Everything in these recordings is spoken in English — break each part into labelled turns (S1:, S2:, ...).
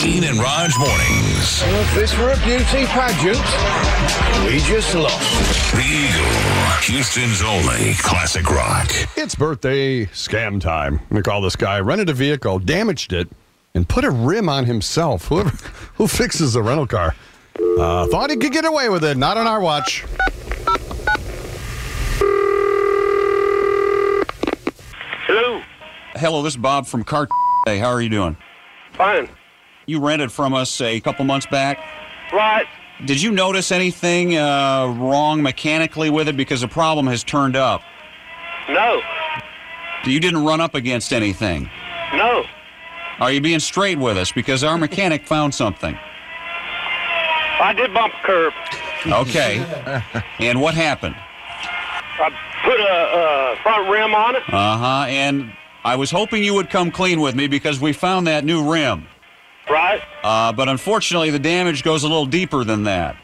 S1: Dean and Raj mornings.
S2: Well, if this were a beauty pageant, we just lost.
S1: The Eagle, Houston's only classic rock.
S3: It's birthday scam time. We call this guy rented a vehicle, damaged it, and put a rim on himself. Whoever who fixes a rental car uh, thought he could get away with it. Not on our watch.
S4: Hello.
S5: Hello, this is Bob from Car. Hey, how are you doing?
S4: Fine.
S5: You rented from us a couple months back.
S4: Right.
S5: Did you notice anything uh, wrong mechanically with it? Because the problem has turned up.
S4: No.
S5: You didn't run up against anything.
S4: No.
S5: Are you being straight with us? Because our mechanic found something.
S4: I did bump a curb.
S5: Okay. and what happened?
S4: I put a, a front rim on it.
S5: Uh huh. And I was hoping you would come clean with me because we found that new rim.
S4: Right.
S5: Uh, but unfortunately, the damage goes a little deeper than that.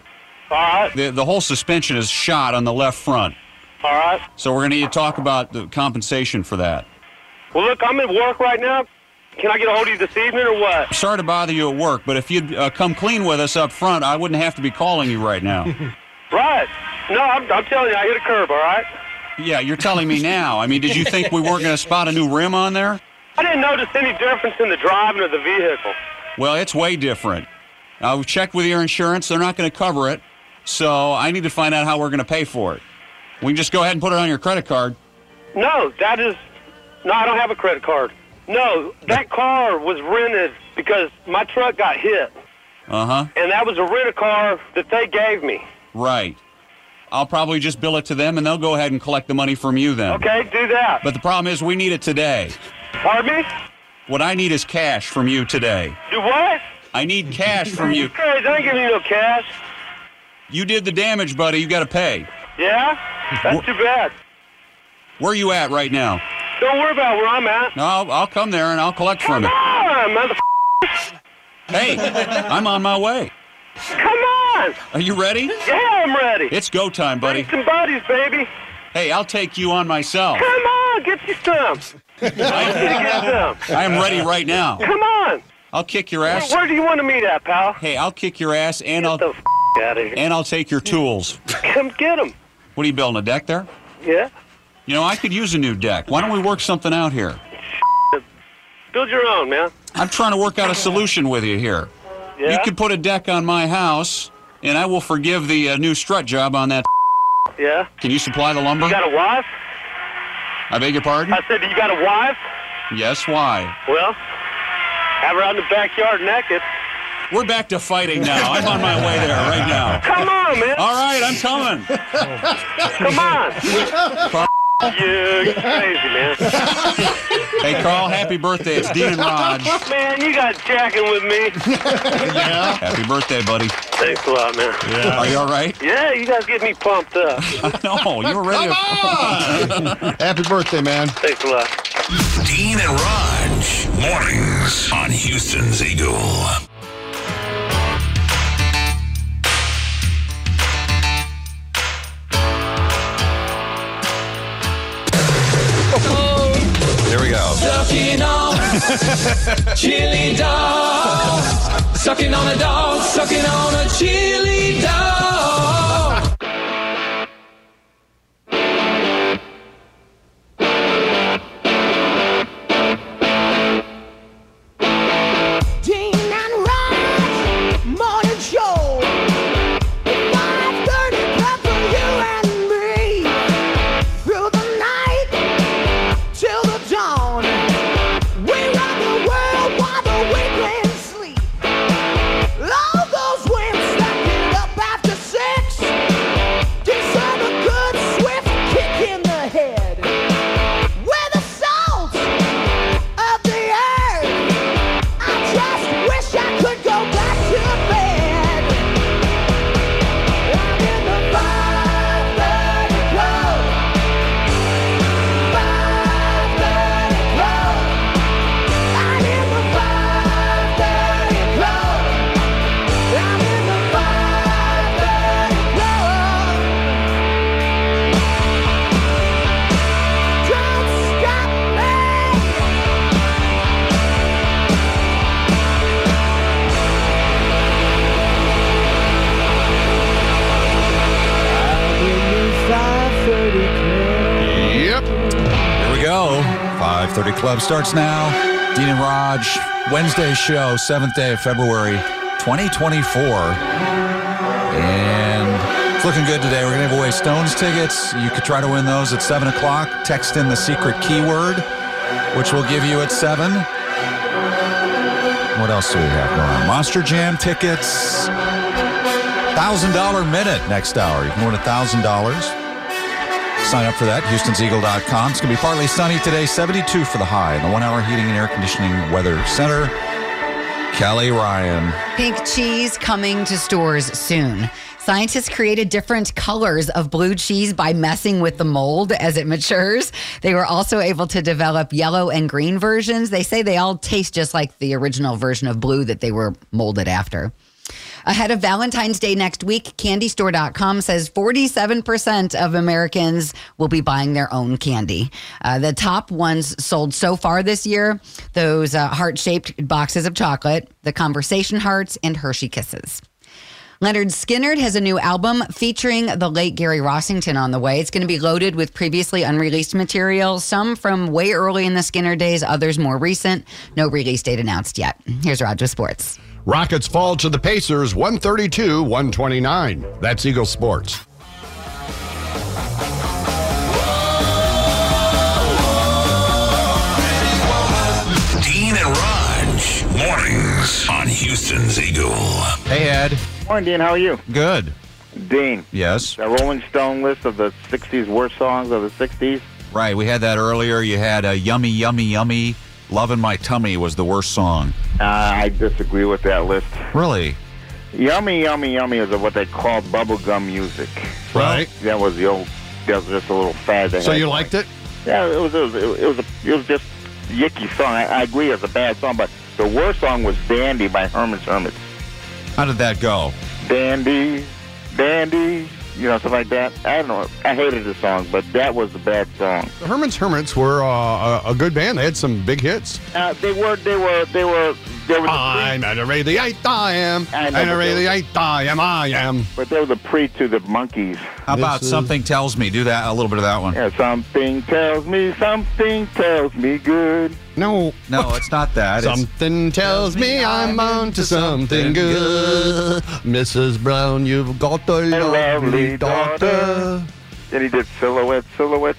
S4: All right.
S5: The, the whole suspension is shot on the left front.
S4: All right.
S5: So we're going to need to talk about the compensation for that.
S4: Well, look, I'm at work right now. Can I get a hold of you this evening or what?
S5: Sorry to bother you at work, but if you'd uh, come clean with us up front, I wouldn't have to be calling you right now.
S4: Right. No, I'm, I'm telling you, I hit a curb. All right.
S5: yeah, you're telling me now. I mean, did you think we weren't going to spot a new rim on there?
S4: I didn't notice any difference in the driving of the vehicle.
S5: Well, it's way different. I have checked with your insurance; they're not going to cover it. So I need to find out how we're going to pay for it. We can just go ahead and put it on your credit card.
S4: No, that is. No, I don't have a credit card. No, that car was rented because my truck got hit,
S5: Uh huh.
S4: and that was a rental car that they gave me.
S5: Right. I'll probably just bill it to them, and they'll go ahead and collect the money from you then.
S4: Okay, do that.
S5: But the problem is, we need it today.
S4: Pardon me?
S5: What I need is cash from you today.
S4: Do what?
S5: I need cash from you.
S4: Crazy, I ain't giving you no cash.
S5: You did the damage, buddy. You got to pay.
S4: Yeah? That's too bad.
S5: Where you at right now?
S4: Don't worry about where I'm at.
S5: No, I'll, I'll come there and I'll collect from
S4: Come
S5: it.
S4: on, mother.
S5: Hey, I'm on my way.
S4: Come on.
S5: Are you ready?
S4: Yeah, I'm ready.
S5: It's go time, buddy.
S4: Get some buddies, baby.
S5: Hey, I'll take you on myself.
S4: Come on, get you some. Get
S5: I,
S4: some.
S5: I am ready right now.
S4: Come on.
S5: I'll kick your
S4: Where,
S5: ass.
S4: where do you want to meet at, pal?
S5: Hey, I'll kick your ass and I'll
S4: Get the f- out of here.
S5: and I'll take your tools.
S4: Come get them.
S5: What are you building a deck there?
S4: Yeah?
S5: You know, I could use a new deck. Why don't we work something out here?
S4: Build your own, man.
S5: I'm trying to work out a solution with you here.
S4: Yeah?
S5: You could put a deck on my house, and I will forgive the uh, new strut job on that.
S4: yeah?
S5: Can you supply the lumber?
S4: You got a wife?
S5: I beg your pardon?
S4: I said, you got a wife?
S5: Yes, why?
S4: Well, have her out in the backyard naked.
S5: We're back to fighting now. I'm on my way there right now.
S4: Come on, man.
S5: All right, I'm coming.
S4: Come on. you crazy, man.
S5: Hey, Carl, happy birthday. It's Dean and Raj.
S4: Man, you got jacking with me.
S5: Happy birthday, buddy.
S4: Thanks a lot, man.
S5: Are you all right?
S4: Yeah, you guys get me pumped up.
S5: No, you were ready to.
S3: Happy birthday, man.
S4: Thanks a lot.
S1: Dean and Raj mornings on Houston's Eagle.
S3: Here we go.
S6: Sucking on, chili dog. Sucking on a dog, sucking on a chili dog.
S7: Dean and Raj, morning show. 5:30 club for you and me. Through the night till the dawn, we rock the world while the weekend sleep. All those wimps that get up after six
S5: 5.30 Club starts now. Dean and Raj, Wednesday show, 7th day of February, 2024. And it's looking good today. We're going to give away Stones tickets. You could try to win those at 7 o'clock. Text in the secret keyword, which we'll give you at 7. What else do we have going on? Monster Jam tickets. $1,000 minute next hour. You can win $1,000. Sign up for that, houstonseagle.com. It's going to be partly sunny today, 72 for the high. The one hour heating and air conditioning weather center. Kelly Ryan.
S8: Pink cheese coming to stores soon. Scientists created different colors of blue cheese by messing with the mold as it matures. They were also able to develop yellow and green versions. They say they all taste just like the original version of blue that they were molded after. Ahead of Valentine's Day next week, CandyStore.com says 47% of Americans will be buying their own candy. Uh, the top ones sold so far this year those uh, heart shaped boxes of chocolate, the Conversation Hearts, and Hershey Kisses. Leonard Skinnard has a new album featuring the late Gary Rossington on the way. It's going to be loaded with previously unreleased material, some from way early in the Skinner days, others more recent. No release date announced yet. Here's Rod with Sports.
S3: Rockets fall to the Pacers 132 129. That's Eagle Sports.
S1: Dean and Raj, mornings on Houston's Eagle.
S5: Hey, Ed.
S9: Morning, Dean. How are you?
S5: Good.
S9: Dean,
S5: Yes.
S9: the Rolling Stone list of the 60s worst songs of the 60s.
S5: Right, we had that earlier. You had a yummy, yummy, yummy. Loving My Tummy was the worst song.
S9: Uh, I disagree with that list.
S5: Really?
S9: Yummy, yummy, yummy is what they call bubblegum music.
S3: Right.
S9: That was the old, that was just a little fad. They
S3: So
S9: had
S3: you
S9: going.
S3: liked it?
S9: Yeah, it was, it was, it was, a, it was just yicky song. I, I agree it was a bad song, but the worst song was Dandy by Herman's Hermits.
S5: How did that go?
S9: Dandy, Dandy, you know, stuff like that. I don't know. I hated the song, but that was a bad song.
S3: The Herman's Hermits were uh, a, a good band. They had some big hits.
S9: Uh, they were, they were, they were, they were.
S3: I'm at a rate the eighth I am.
S9: I
S3: And
S9: know,
S3: a
S9: but
S3: rate
S9: they
S3: the
S9: were-
S3: eighth I am. I am.
S9: But they were the pre to the monkeys.
S5: How about Something Tells Me? Do that, a little bit of that one.
S9: Yeah, something tells me, something tells me good.
S3: No.
S5: No, it's not that. It's-
S3: Something tells me I'm on to something good. Mrs. Brown, you've got a lovely
S9: lovely
S3: daughter.
S9: daughter. Then he did silhouette, silhouettes.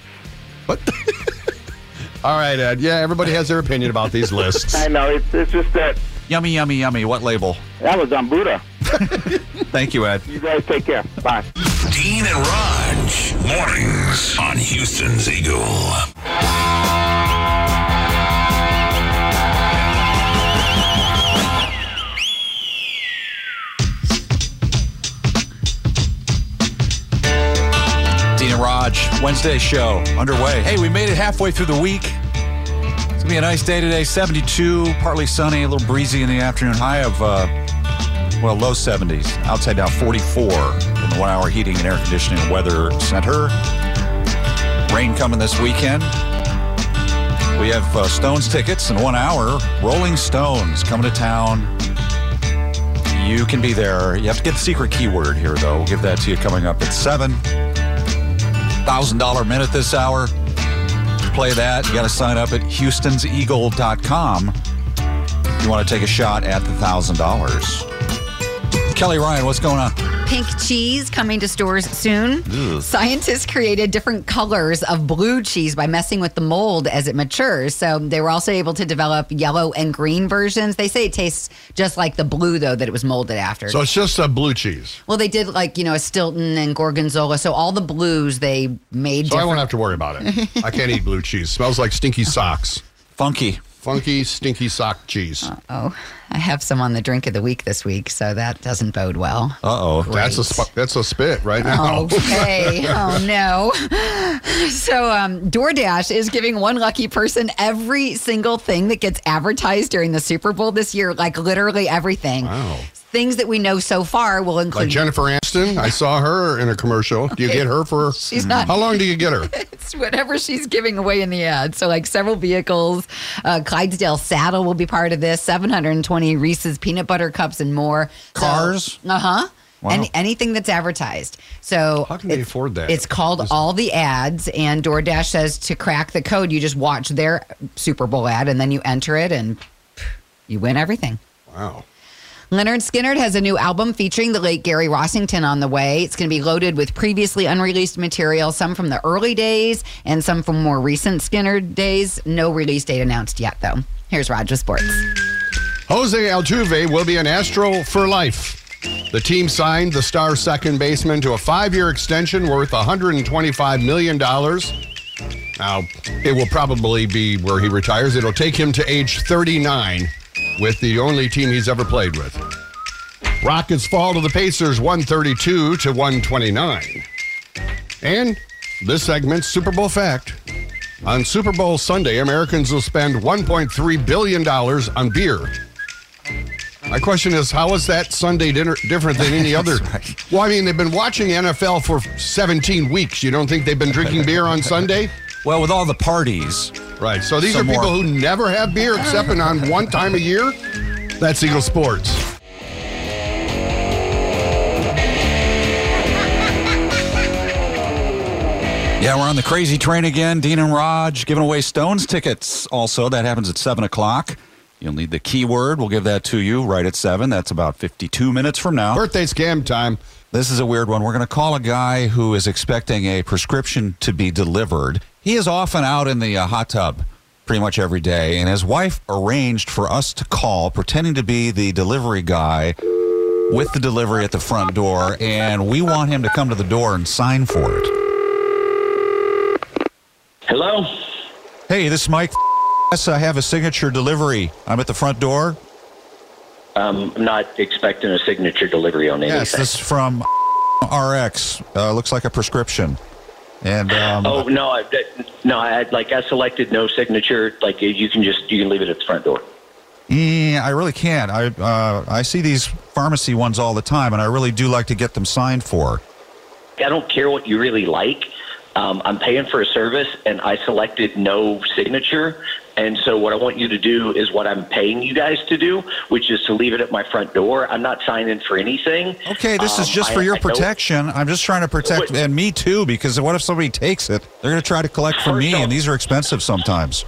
S3: All right, Ed. Yeah, everybody has their opinion about these lists.
S9: I know it's, it's just that
S5: yummy, yummy, yummy. What label?
S9: that was on Buddha.
S5: Thank you, Ed.
S9: You guys take care. Bye.
S1: Dean and Raj, mornings on Houston's Eagle.
S5: Dean and Raj, Wednesday show underway. Hey, we made it halfway through the week. It's gonna be a nice day today. 72, partly sunny, a little breezy in the afternoon. High of uh, well, low 70s. Outside now 44 in the one-hour heating and air conditioning weather center. Rain coming this weekend. We have uh, Stones tickets in one hour. Rolling Stones coming to town. You can be there. You have to get the secret keyword here, though. We'll give that to you coming up at seven thousand dollar minute this hour. Play that. You got to sign up at Houston'sEagle.com. If you want to take a shot at the thousand dollars. Kelly Ryan, what's going on?
S8: Pink cheese coming to stores soon. Scientists created different colors of blue cheese by messing with the mold as it matures. So they were also able to develop yellow and green versions. They say it tastes just like the blue, though, that it was molded after.
S3: So it's just a blue cheese.
S8: well, they did like, you know, a Stilton and Gorgonzola. So all the blues they made
S3: So I
S8: different.
S3: won't have to worry about it. I can't eat blue cheese. Smells like stinky socks.
S5: Funky.
S3: Funky, stinky sock cheese.
S8: oh, I have some on the drink of the week this week. So that doesn't bode well.
S5: Uh oh.
S3: That's a
S8: Great.
S3: sp- that's a spit right now.
S8: Okay. oh no. So um, DoorDash is giving one lucky person every single thing that gets advertised during the Super Bowl this year, like literally everything.
S3: Wow.
S8: Things that we know so far will include
S3: Like Jennifer Aniston, I saw her in a commercial. Do you get her for?
S8: She's not-
S3: How long do you get her?
S8: it's whatever she's giving away in the ad. So, like several vehicles, uh, Clydesdale saddle will be part of this, 720 Reese's peanut butter cups and more.
S5: Cars?
S8: uh huh. Any, anything that's advertised. So
S3: How can they afford that?
S8: It's called All the Ads, and DoorDash says to crack the code, you just watch their Super Bowl ad and then you enter it and pff, you win everything.
S3: Wow.
S8: Leonard Skinnard has a new album featuring the late Gary Rossington on the way. It's going to be loaded with previously unreleased material, some from the early days and some from more recent Skinnard days. No release date announced yet, though. Here's Roger Sports.
S3: Jose Altuve will be an Astro for life. The team signed the star second baseman to a five year extension worth $125 million. Now, it will probably be where he retires. It'll take him to age 39 with the only team he's ever played with. Rockets fall to the Pacers 132 to 129. And this segment's Super Bowl fact. On Super Bowl Sunday, Americans will spend $1.3 billion on beer. My question is, how is that Sunday dinner different than any other? Well, I mean, they've been watching NFL for 17 weeks. You don't think they've been drinking beer on Sunday?
S5: Well, with all the parties.
S3: Right. So these
S5: Some
S3: are people
S5: more.
S3: who never have beer except in on one time a year. That's Eagle Sports.
S5: Yeah, we're on the crazy train again. Dean and Raj giving away Stones tickets. Also, that happens at 7 o'clock. You'll need the keyword. We'll give that to you right at 7. That's about 52 minutes from now.
S3: Birthday scam time.
S5: This is a weird one. We're going to call a guy who is expecting a prescription to be delivered. He is often out in the uh, hot tub pretty much every day, and his wife arranged for us to call, pretending to be the delivery guy with the delivery at the front door, and we want him to come to the door and sign for it.
S10: Hello?
S5: Hey, this is Mike. Yes, I have a signature delivery. I'm at the front door.
S10: Um, I'm not expecting a signature delivery on anything.
S5: Yes, this is from RX. Uh, looks like a prescription. And um,
S10: oh no, I, no! I like I selected no signature. Like you can just you can leave it at the front door.
S5: eh, I really can't. I uh, I see these pharmacy ones all the time, and I really do like to get them signed for.
S10: I don't care what you really like. Um, I'm paying for a service, and I selected no signature. And so, what I want you to do is what I'm paying you guys to do, which is to leave it at my front door. I'm not signing for anything.
S5: Okay, this is
S10: Um,
S5: just
S10: I-
S5: for your
S10: I don't-
S5: protection. I'm just trying to protect, and me too, because what if somebody takes it? They're going to try to collect from me, and these are expensive sometimes.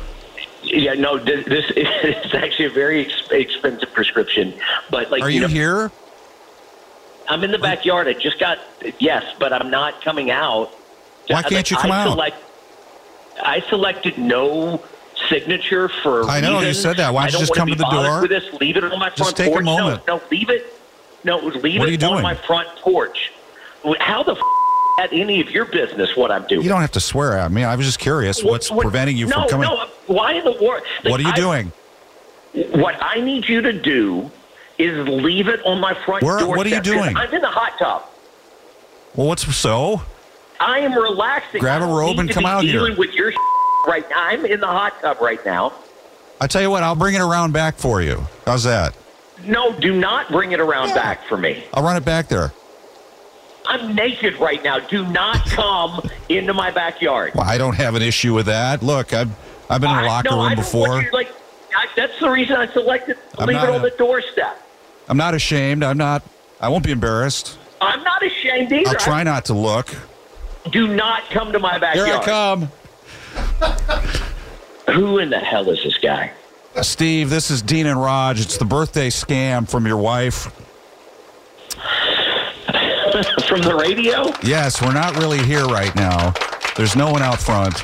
S10: Yeah, no, this, this is actually a very ex- expensive prescription. But like,
S5: Are
S10: you
S5: you
S10: know,
S5: here?
S10: I'm in the backyard. I just got yes, but I'm not coming out.
S5: Why can't you come
S10: I
S5: out?
S10: Select, I selected no signature for. a
S5: I know, you
S10: reason.
S5: said that. Why don't
S10: I
S5: you just
S10: wanna
S5: come
S10: be
S5: to the
S10: bothered
S5: door?
S10: With this, leave it on my front
S5: Just take a
S10: porch. No,
S5: moment.
S10: No, leave it. No, leave
S5: What are
S10: it
S5: you
S10: on
S5: doing?
S10: my front porch. How the f- at any of your business what I'm doing?
S5: You don't have to swear at me. I was just curious. What's preventing you
S10: no,
S5: from coming?
S10: No, why in the world?
S5: What are you
S10: I-
S5: doing?
S10: What I need you to do is leave it on my front
S5: Where-
S10: door.
S5: what are you doing?
S10: I'm in the hot tub.
S5: Well, what's so?
S10: I am relaxing.
S5: Grab a
S10: I don't
S5: robe
S10: need
S5: and
S10: to
S5: come
S10: be
S5: out here.
S10: dealing With your right now, I'm in the hot tub right now.
S5: I tell you what, I'll bring it around back for you. How's that?
S10: No, do not bring it around back for me.
S5: I'll run it back there.
S10: I'm naked right now. Do not come into my backyard.
S5: Well, I don't have an issue with that. Look, I've I've been in a locker
S10: no, I
S5: room
S10: don't want
S5: before.
S10: you, like I, that's the reason I selected
S5: I'm
S10: leave it
S5: not
S10: on
S5: a-
S10: the doorstep.
S5: I'm not ashamed. I'm not. I won't be embarrassed.
S10: I'm not ashamed either.
S5: I'll try
S10: I-
S5: not to look.
S10: Do not come to my
S5: Here
S10: backyard.
S5: I come.
S10: Who in the hell is this guy?
S5: Steve, this is Dean and Raj. It's the birthday scam from your wife.
S10: From the radio?
S5: Yes, we're not really here right now. There's no one out front.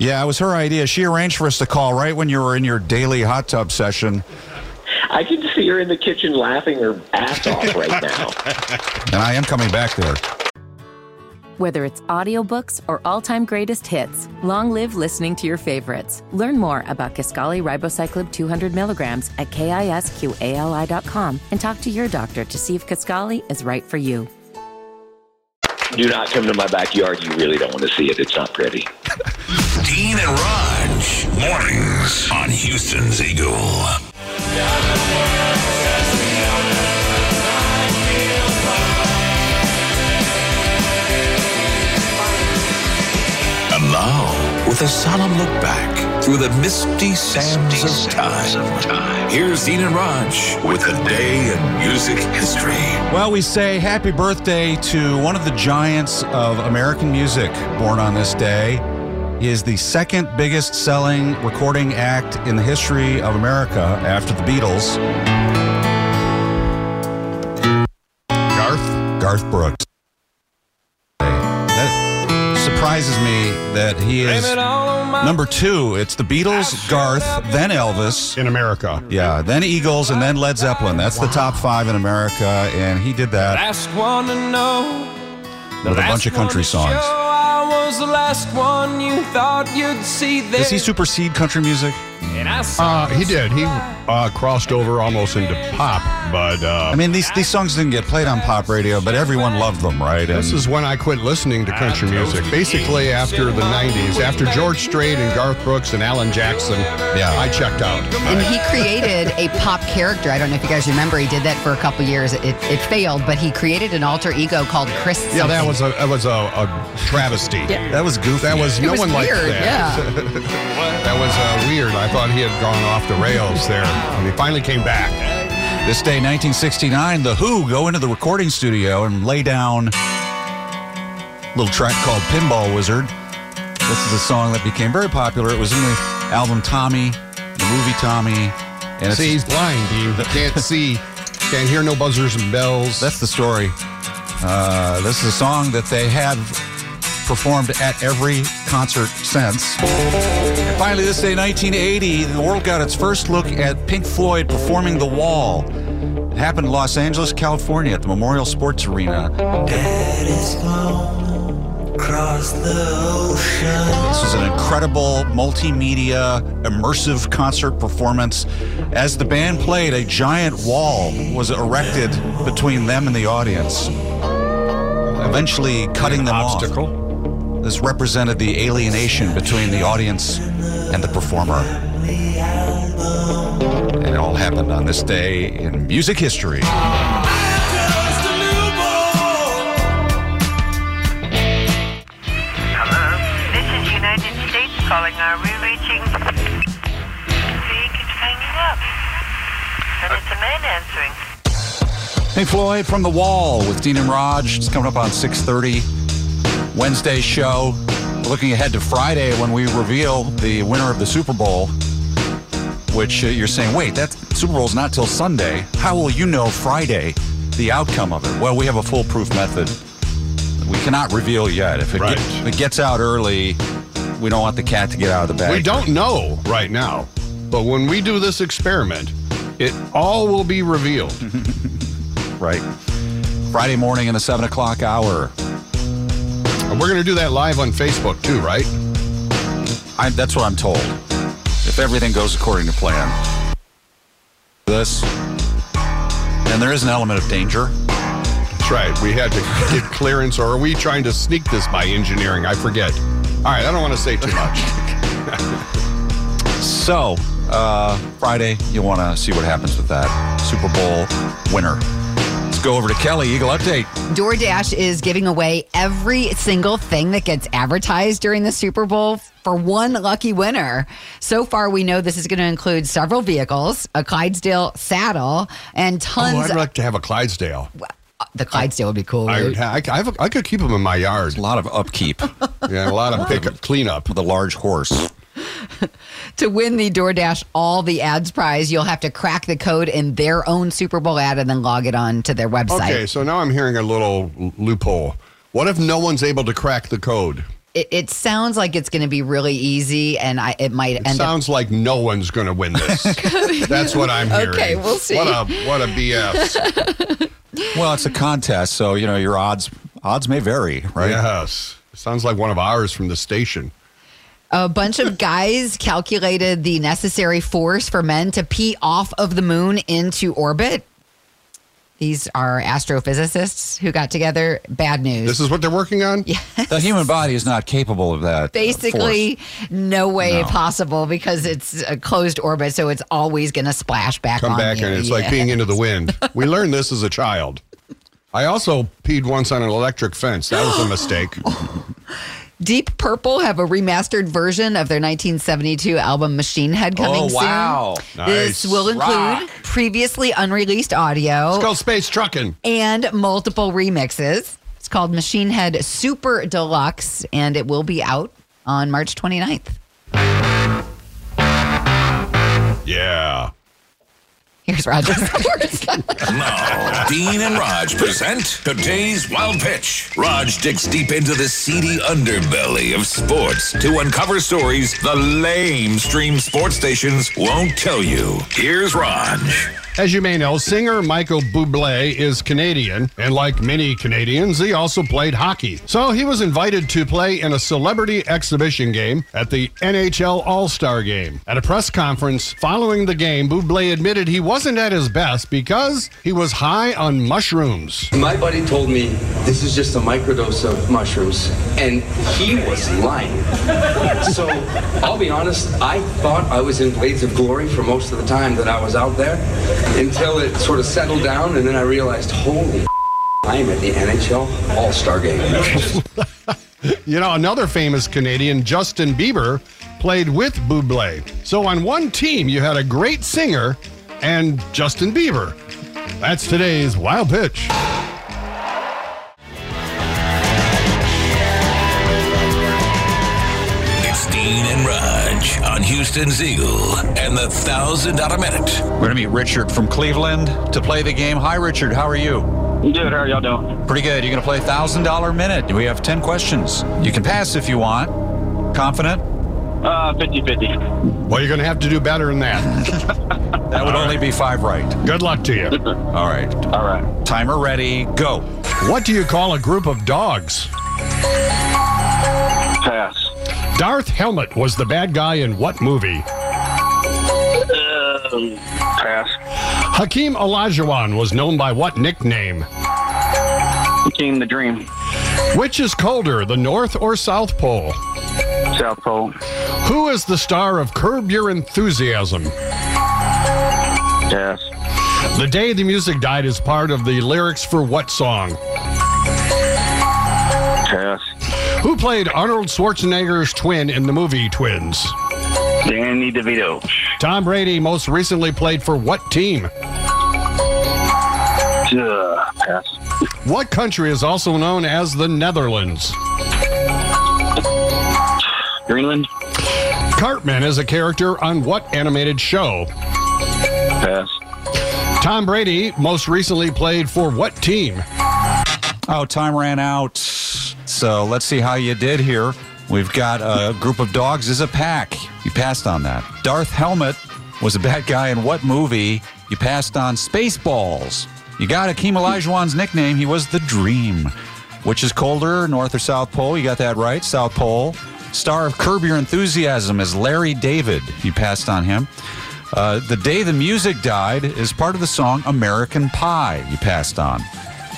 S5: yeah, it was her idea. She arranged for us to call right when you were in your daily hot tub session.
S10: I can see her in the kitchen laughing her ass off right now.
S5: And I am coming back there.
S11: Whether it's audiobooks or all-time greatest hits, long live listening to your favorites. Learn more about Kaskali Ribocyclib 200 milligrams at kisqali.com and talk to your doctor to see if Kaskali is right for you.
S10: Do not come to my backyard. You really don't want to see it. It's not pretty.
S1: Dean and Raj, mornings on Houston's Eagle. And now, with a solemn look back through the misty sands of time. Here's Dean and Raj with a day in music history.
S5: Well, we say happy birthday to one of the giants of American music born on this day. He is the second biggest selling recording act in the history of America after the Beatles. Garth Garth Brooks. That surprises me that he is number two. It's the Beatles, Garth, then Elvis.
S3: In America.
S5: Yeah, then Eagles, and then Led Zeppelin. That's the top five in America, and he did that
S12: Last one to know.
S5: with a bunch of country songs.
S12: Oh, I was the last one you thought you'd see there.
S5: Does he supersede country music?
S3: Uh, he did. He uh, crossed over almost into pop, but uh,
S5: I mean, these these songs didn't get played on pop radio, but everyone loved them, right?
S3: This is when I quit listening to country music. Basically, after the 90s, after George Strait and Garth Brooks and Alan Jackson, yeah, I checked out.
S8: And he created a pop character. I don't know if you guys remember. He did that for a couple years. It, it failed, but he created an alter ego called Chris.
S3: Yeah, that
S8: something.
S3: was a that was a, a travesty.
S8: Yeah.
S5: That was goofy.
S3: That was
S8: It
S3: no
S8: was
S3: one
S8: weird,
S3: liked that. that was uh, weird. I thought he had gone off the rails there, and he finally came back.
S5: This day, 1969, The Who go into the recording studio and lay down a little track called Pinball Wizard. This is a song that became very popular. It was in the album Tommy, the movie Tommy. And
S3: See, he's blind, Dean. Can't see, can't hear no buzzers and bells.
S5: That's the story. Uh, this is a song that they have performed at every concert since. And finally, this day, 1980, the world got its first look at Pink Floyd performing The Wall. It happened in Los Angeles, California at the Memorial Sports Arena.
S13: Across the ocean.
S5: This was an incredible multimedia, immersive concert performance. As the band played, a giant wall was erected between them and the audience, eventually cutting them off. This represented the alienation between the audience and the performer. And it all happened on this day in music history.
S14: This is United States calling. Are we reaching? Zeke is hanging up. And it's a man answering.
S5: Pink Floyd from the Wall with Dean and Raj. It's coming up on 6:30 Wednesday show. We're looking ahead to Friday when we reveal the winner of the Super Bowl. Which uh, you're saying, wait, that Super Bowl's not till Sunday. How will you know Friday the outcome of it? Well, we have a foolproof method. that We cannot reveal yet. If it, get- if it gets out early, we don't want the cat to get out of the bag.
S3: We don't know right now, but when we do this experiment, it all will be revealed.
S5: right. Friday morning in the seven o'clock hour.
S3: And we're going to do that live on Facebook too, right?
S5: I, that's what I'm told. If everything goes according to plan, this, and there is an element of danger.
S3: That's right. We had to get clearance, or are we trying to sneak this by engineering? I forget. All right, I don't want to say too much.
S5: So, uh, Friday, you'll want to see what happens with that Super Bowl winner. Let's go over to Kelly Eagle Update.
S8: DoorDash is giving away every single thing that gets advertised during the Super Bowl for one lucky winner. So far, we know this is going to include several vehicles, a Clydesdale saddle, and
S3: Oh,
S8: tons.
S3: I'd like to have a Clydesdale.
S8: uh, the Clydesdale would be cool.
S3: I,
S8: right?
S3: would ha- I, I, have a, I could keep them in my yard.
S5: a lot of upkeep.
S3: yeah, a lot of pickup, cleanup.
S5: The large horse.
S8: to win the DoorDash All the Ads prize, you'll have to crack the code in their own Super Bowl ad and then log it on to their website.
S3: Okay, so now I'm hearing a little l- loophole. What if no one's able to crack the code?
S8: It, it sounds like it's going to be really easy, and uh, I, it might end up.
S3: Sounds like no one's going to win this. That's what I'm hearing.
S8: Okay, we'll see.
S3: What a what a BS.
S5: Well, it's a contest, so you know your odds odds may vary, right?
S3: Yes. Sounds like one of ours from the station.
S8: A bunch of guys calculated the necessary force for men to pee off of the moon into orbit. These are astrophysicists who got together. Bad news.
S3: This is what they're working on.
S8: Yeah.
S5: The human body is not capable of that. uh, force.
S8: Basically, no way
S5: No.
S8: possible because it's a closed orbit, so it's always going to splash back
S3: Come
S8: on
S3: back
S8: you.
S3: and it's like being into the wind. We learned this as a child. I also peed once on an electric fence. That was a mistake.
S8: Deep Purple have a remastered version of their 1972 album Machine Head coming
S5: Oh, wow.
S8: soon. This
S5: Nice.
S8: will include
S5: Rock.
S8: previously unreleased audio.
S3: Let's go space trucking.
S8: and multiple remixes. It's called Machine Head Super Deluxe, and it will be out on March 29th.
S3: Yeah.
S8: Here's Roger.
S1: Now, Dean and Raj present today's Wild Pitch. Raj digs deep into the seedy underbelly of sports to uncover stories the lame stream sports stations won't tell you. Here's Raj.
S3: As you may know, singer Michael Bublé is Canadian, and like many Canadians, he also played hockey. So he was invited to play in a celebrity exhibition game at the NHL All Star Game. At a press conference following the game, Bublé admitted he wasn't at his best because he was high on mushrooms.
S15: My buddy told me this is just a microdose of mushrooms, and he was lying. so I'll be honest, I thought I was in Blades of Glory for most of the time that I was out there until it sort of settled down, and then I realized, holy, I'm at the NHL All Star game.
S3: You know, another famous Canadian, Justin Bieber, played with Buble. So on one team, you had a great singer and Justin Bieber. That's today's Wild Pitch.
S1: It's Dean and Raj on Houston's Eagle and the Thousand Dollar Minute.
S5: We're going to meet Richard from Cleveland to play the game. Hi, Richard. How are you?
S16: Good. How are y'all doing?
S5: Pretty good. You're going to play $1,000 minute. We have 10 questions. You can pass if you want. Confident?
S16: Uh, 50 50.
S3: Well, you're going to have to do better than that.
S5: That would only be five right.
S3: Good luck to you.
S5: All right. All right. Timer ready. Go.
S3: What do you call a group of dogs?
S16: Pass.
S3: Darth Helmet was the bad guy in what movie?
S16: Um, pass.
S3: Hakeem Olajuwon was known by what nickname?
S16: King the Dream.
S3: Which is colder, the North or South Pole?
S16: South Pole.
S3: Who is the star of Curb Your Enthusiasm?
S16: Pass.
S3: The Day the Music Died is part of the lyrics for what song?
S16: Pass.
S3: Who played Arnold Schwarzenegger's twin in the movie Twins?
S16: Danny DeVito.
S3: Tom Brady most recently played for what team?
S16: Uh, pass.
S3: What country is also known as the Netherlands?
S16: Greenland.
S3: Cartman is a character on what animated show?
S16: Pass.
S3: Tom Brady most recently played for what team?
S5: Oh, time ran out. So let's see how you did here. We've got a group of dogs as a pack. You passed on that. Darth Helmet was a bad guy in what movie? You passed on Spaceballs. You got Akeem Olajuwon's nickname. He was the Dream. Which is colder, North or South Pole? You got that right, South Pole. Star of Curb Your Enthusiasm is Larry David. You passed on him. Uh, the Day the Music Died is part of the song American Pie. You passed on.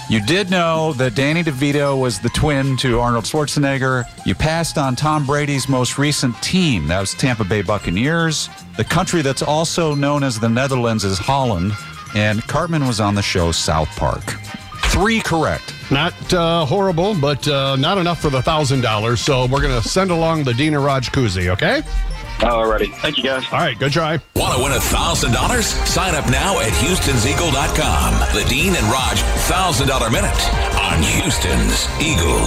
S5: You did know that Danny DeVito was the twin to Arnold Schwarzenegger. You passed on Tom Brady's most recent team. That was Tampa Bay Buccaneers. The country that's also known as the Netherlands is Holland. And Cartman was on the show South Park. Three correct.
S3: Not uh, horrible, but uh, not enough for the thousand dollars. So we're gonna send along the Dina Raj koozie, okay?
S16: Alrighty. Thank you, guys.
S3: All right, good try.
S1: Want to win $1,000? Sign up now at Houston'sEagle.com. The Dean and Raj $1,000 Minute on Houston's Eagle.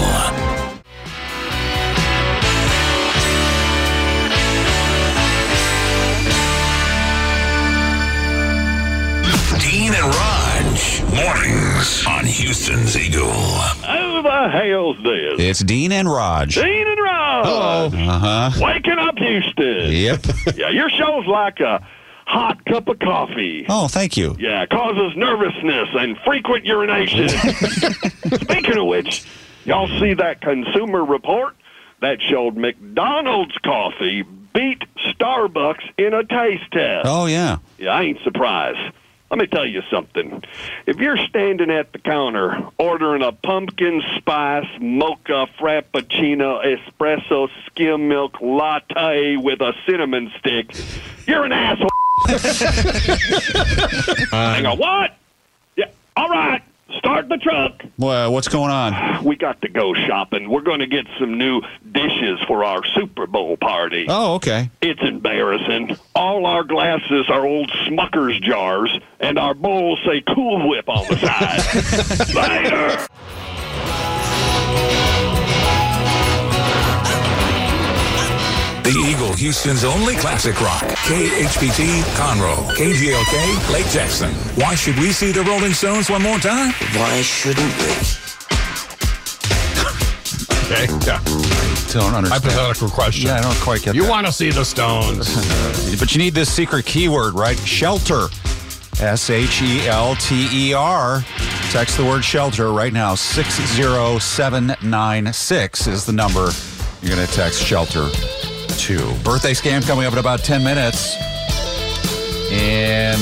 S1: Dean and Raj, mornings on Houston's Eagle.
S17: Who the hell's this?
S5: It's Dean and Raj.
S17: Dean and Raj.
S5: Uh huh.
S17: Waking up Houston.
S5: Yep.
S17: yeah, your show's like a hot cup of coffee.
S5: Oh, thank you.
S17: Yeah, causes nervousness and frequent urination. Speaking of which, y'all see that consumer report that showed McDonald's coffee beat Starbucks in a taste test.
S5: Oh, yeah.
S17: Yeah, I ain't surprised. Let me tell you something. If you're standing at the counter ordering a pumpkin spice mocha frappuccino espresso skim milk latte with a cinnamon stick, you're an asshole.
S5: Uh,
S17: I go, what? Yeah, all right. Start the truck.
S18: Well, what's going on?
S17: We got to go shopping. We're going to get some new dishes for our Super Bowl party.
S18: Oh, okay.
S17: It's embarrassing. All our glasses are old Smucker's jars, and our bowls say Cool Whip on the side. Later.
S1: The Eagle, Houston's only classic rock. KHPT, Conroe. KGLK, Lake Jackson. Why should we see the Rolling Stones one more time? Why shouldn't we?
S3: Okay. Yeah.
S5: Don't understand.
S3: Hypothetical question.
S5: Yeah, I don't quite get
S3: You
S5: that.
S3: want to see the Stones.
S5: but you need this secret keyword, right? Shelter. S H E L T E R. Text the word shelter right now. 60796 is the number you're going to text shelter to. Birthday scam coming up in about 10 minutes. And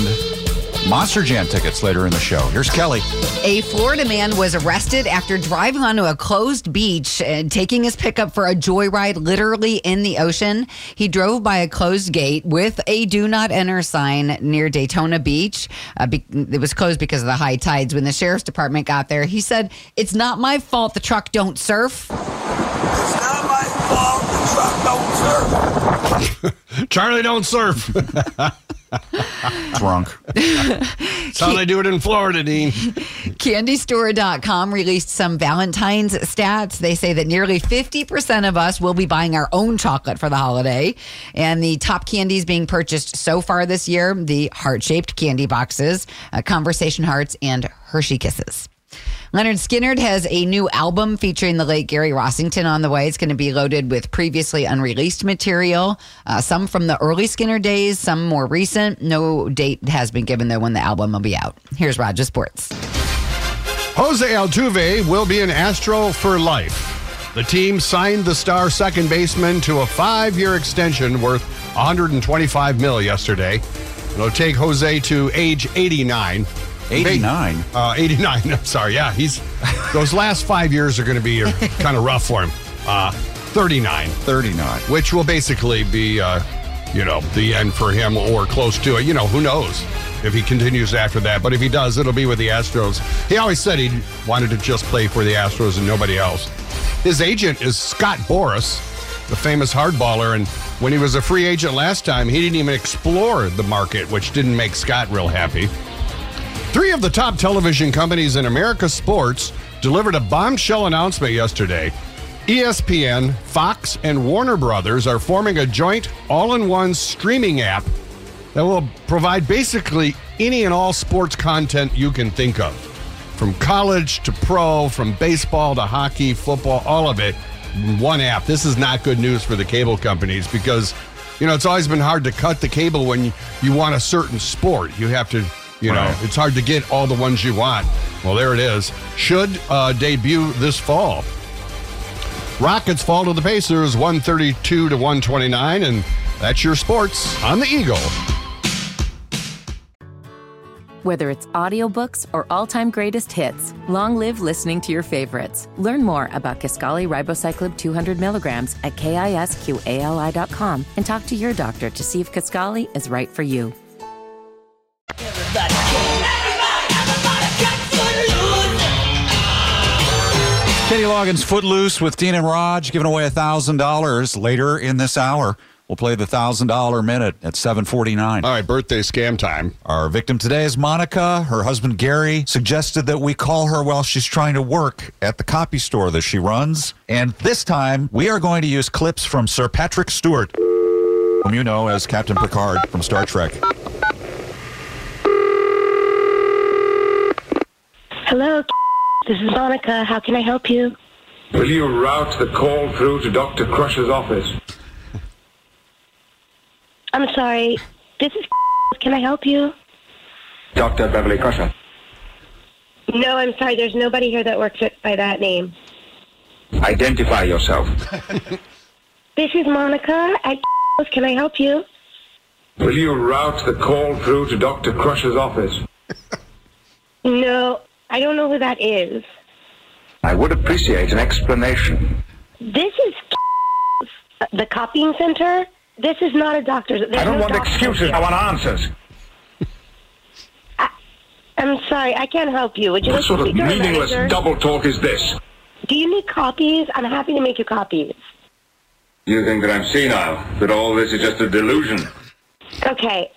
S5: Monster Jam tickets later in the show. Here's Kelly.
S8: A Florida man was arrested after driving onto a closed beach and taking his pickup for a joyride literally in the ocean. He drove by a closed gate with a do not enter sign near Daytona Beach. Uh, be- it was closed because of the high tides. When the sheriff's department got there, he said, It's not my fault the truck don't surf.
S3: Charlie, don't surf.
S5: Drunk.
S3: That's how they do it in Florida, Dean.
S8: CandyStore.com released some Valentine's stats. They say that nearly 50% of us will be buying our own chocolate for the holiday. And the top candies being purchased so far this year the heart shaped candy boxes, uh, Conversation Hearts, and Hershey Kisses. Leonard Skinnard has a new album featuring the late Gary Rossington on the way. It's going to be loaded with previously unreleased material, uh, some from the early Skinner days, some more recent. No date has been given, though, when the album will be out. Here's Roger Sports.
S3: Jose Altuve will be an Astro for life. The team signed the star second baseman to a five-year extension worth 125 mil yesterday. It'll take Jose to age 89.
S5: 89?
S3: Uh, 89. I'm sorry. Yeah, he's those last five years are going to be kind of rough for him. Uh, 39.
S5: 39.
S3: Which will basically be, uh, you know, the end for him or close to it. You know, who knows if he continues after that. But if he does, it'll be with the Astros. He always said he wanted to just play for the Astros and nobody else. His agent is Scott Boris, the famous hardballer. And when he was a free agent last time, he didn't even explore the market, which didn't make Scott real happy. Three of the top television companies in America's sports delivered a bombshell announcement yesterday. E ESPN, Fox, and Warner Brothers are forming a joint all in one streaming app that will provide basically any and all sports content you can think of. From college to pro, from baseball to hockey, football, all of it, in one app. This is not good news for the cable companies because, you know, it's always been hard to cut the cable when you, you want a certain sport. You have to you know, it's hard to get all the ones you want. Well, there it is. Should uh, debut this fall. Rockets fall to the Pacers 132 to 129, and that's your sports on the Eagle.
S11: Whether it's audiobooks or all-time greatest hits, long live listening to your favorites. Learn more about Kaskali Ribocyclib 200 milligrams at kisqali.com and talk to your doctor to see if Kaskali is right for you.
S5: Kenny Loggins Footloose with Dean and Raj giving away $1,000 later in this hour. We'll play the $1,000 minute at 749. All
S3: right, birthday scam time.
S5: Our victim today is Monica. Her husband Gary suggested that we call her while she's trying to work at the copy store that she runs. And this time, we are going to use clips from Sir Patrick Stewart, whom you know as Captain Picard from Star Trek.
S19: Hello, this is Monica. How can I help you?
S20: Will you route the call through to Dr. Crusher's office?
S19: I'm sorry. This is. Can I help you?
S20: Dr. Beverly Crusher.
S19: No, I'm sorry. There's nobody here that works at- by that name.
S20: Identify yourself.
S19: This is Monica. At can I help you?
S20: Will you route the call through to Dr. Crusher's office?
S19: No, I don't know who that is.
S20: I would appreciate an explanation.
S19: This is the copying center. This is not a doctor's.
S20: I
S19: there's
S20: don't
S19: no
S20: want
S19: doctor
S20: excuses.
S19: here.
S20: I want answers.
S19: I'm sorry, I can't help you. Would you
S20: What
S19: like to
S20: sort of
S19: speak to our
S20: meaningless
S19: manager?
S20: double talk is this?
S19: Do you need copies? I'm happy to make you copies.
S20: You think that I'm senile? That all this is just a delusion?
S19: Okay.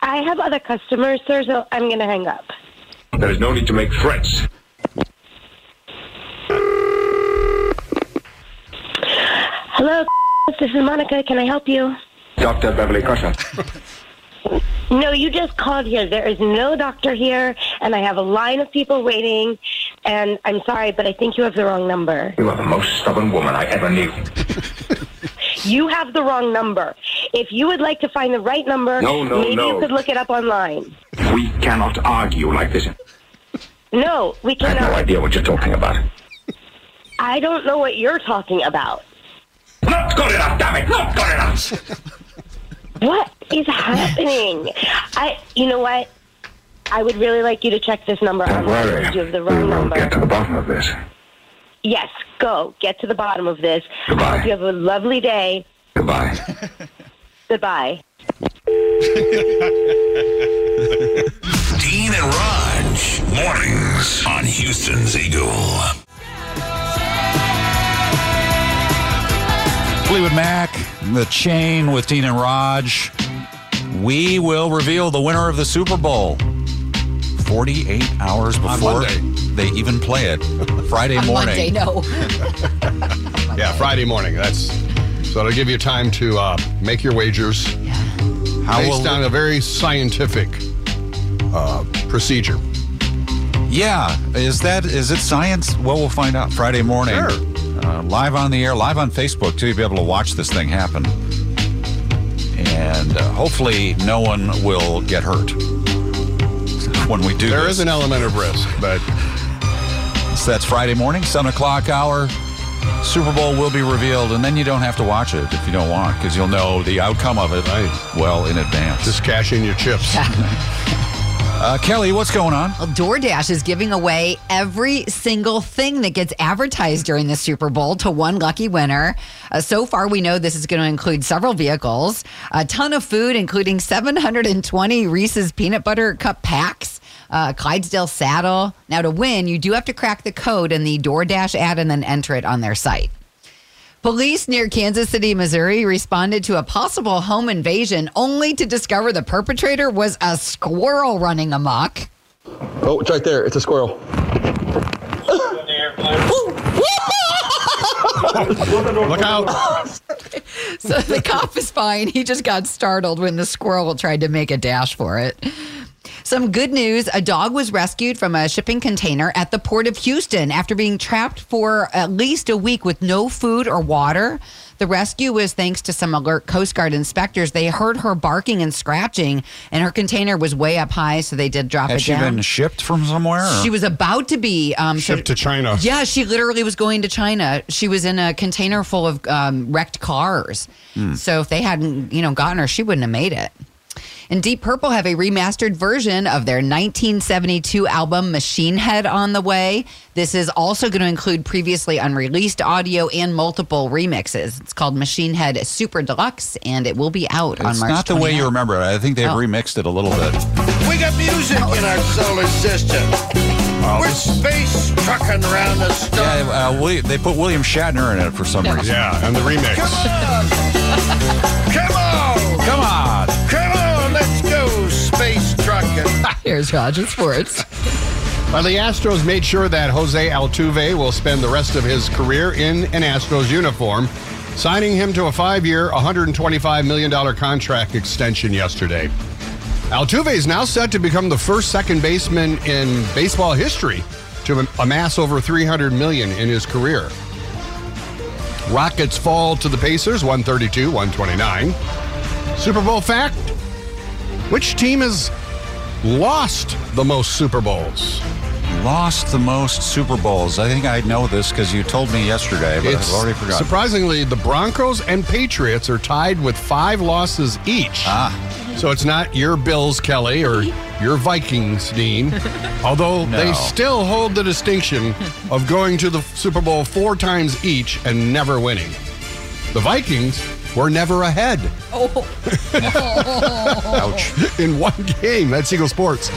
S19: I have other customers, sir, so I'm going to hang up.
S20: There is no need to make threats.
S19: Hello, this is Monica. Can I help you?
S20: Dr. Beverly Crusher.
S19: No, you just called here. There is no doctor here, and I have a line of people waiting, and I'm sorry, but I think you have the wrong number.
S20: You are the most stubborn woman I ever knew.
S19: You have the wrong number. If you would like to find the right number,
S20: No, no,
S19: maybe
S20: no.
S19: you could look it up online.
S20: We cannot argue like this.
S19: No, we
S20: I have no
S19: cannot.
S20: idea what you're talking about.
S19: I don't know what you're talking about.
S20: Not good enough, damn it! Not good enough!
S19: What is happening? I, you know what? I would really like you to check this number
S20: Don't worry.
S19: online. You have the wrong number.
S20: Get to the bottom of this.
S19: Yes, go. Get to the bottom of this. I hope you have a lovely day.
S20: Goodbye.
S19: Goodbye.
S1: Dean and Raj, mornings on Houston's Eagle.
S5: Fleetwood Mac, The Chain with Dean and Raj. We will reveal the winner of the Super Bowl 48 hours before
S3: Monday.
S5: they even play it. Friday
S8: On
S5: morning.
S8: Monday, no.
S3: Yeah, Friday morning. That's so it'll give you time to uh, make your wagers
S5: How
S3: based
S5: will-
S3: on a very scientific uh, procedure.
S5: Yeah, is that is it science? Well, we'll find out Friday morning.
S3: Sure.
S5: Uh, live on the air, live on Facebook too. You'll be able to watch this thing happen, and uh, hopefully, no one will get hurt when we do.
S3: There is an element of risk, but
S5: so that's Friday morning, seven o'clock hour. Super Bowl will be revealed, and then you don't have to watch it if you don't want, because you'll know the outcome of it well in advance. Just
S3: cash in your chips.
S5: uh, Kelly, what's going on?
S8: Well, DoorDash is giving away every single thing that gets advertised during the Super Bowl to one lucky winner. Uh, so far, we know this is going to include several vehicles, a ton of food, including 720 Reese's peanut butter cup packs. Uh, Clydesdale saddle. Now, to win, you do have to crack the code in the DoorDash ad and then enter it on their site. Police near Kansas City, Missouri responded to a possible home invasion only to discover the perpetrator was a squirrel running amok.
S21: Oh, it's right there. It's a squirrel.
S3: Look out.
S8: so the cop is fine. He just got startled when the squirrel tried to make a dash for it. Some good news a dog was rescued from a shipping container at the port of Houston after being trapped for at least a week with no food or water. The rescue was thanks to some alert Coast Guard inspectors. They heard her barking and scratching, and her container was way up high, so they did drop
S5: Has
S8: it
S5: she
S8: down.
S5: been shipped from somewhere? or-
S8: She was about to be um,
S3: Shipped to China.
S8: Yeah, she literally was going to China. She was in a container full of um, wrecked cars.
S22: Hmm.
S8: So if they hadn't, you know, gotten her, she wouldn't have made it. And Deep Purple have a remastered version of their 1972 album Machine Head on the way. This is also going to include previously unreleased audio and multiple remixes. It's called Machine Head Super Deluxe, and it will be out on
S5: It's
S8: March.
S5: not the way you
S8: 29th.
S5: remember it. I think they've
S8: Oh.
S5: remixed it a little bit.
S23: We got music in our solar system.
S3: Oh.
S23: We're space trucking around the star.
S5: Yeah, uh, William, they put William Shatner in it for some reason.
S3: Yeah, and the remix.
S23: Come on!
S5: Come on!
S23: Come on, let's go space trucking.
S8: Here's Roger Sports.
S3: Well, the Astros made sure that Jose Altuve will spend the rest of his career in an Astros uniform, signing him to a five year, $125 million contract extension yesterday. Altuve is now set to become the first second baseman in baseball history to am- amass over 300 million in his career. Rockets fall to the Pacers 132 129. Super Bowl fact Which team has lost the most Super Bowls?
S5: Lost the most Super Bowls. I think I know this because you told me yesterday, but
S3: It's-
S5: I've already forgotten.
S3: Surprisingly, the Broncos and Patriots are tied with five losses each. Ah. So it's not your Bills, Kelly, or your Vikings, Dean. Although they
S5: No.
S3: still hold the distinction of going to the Super Bowl four times each and never winning. The Vikings were never ahead.
S8: Oh.
S3: In one game. That's Eagle Sports.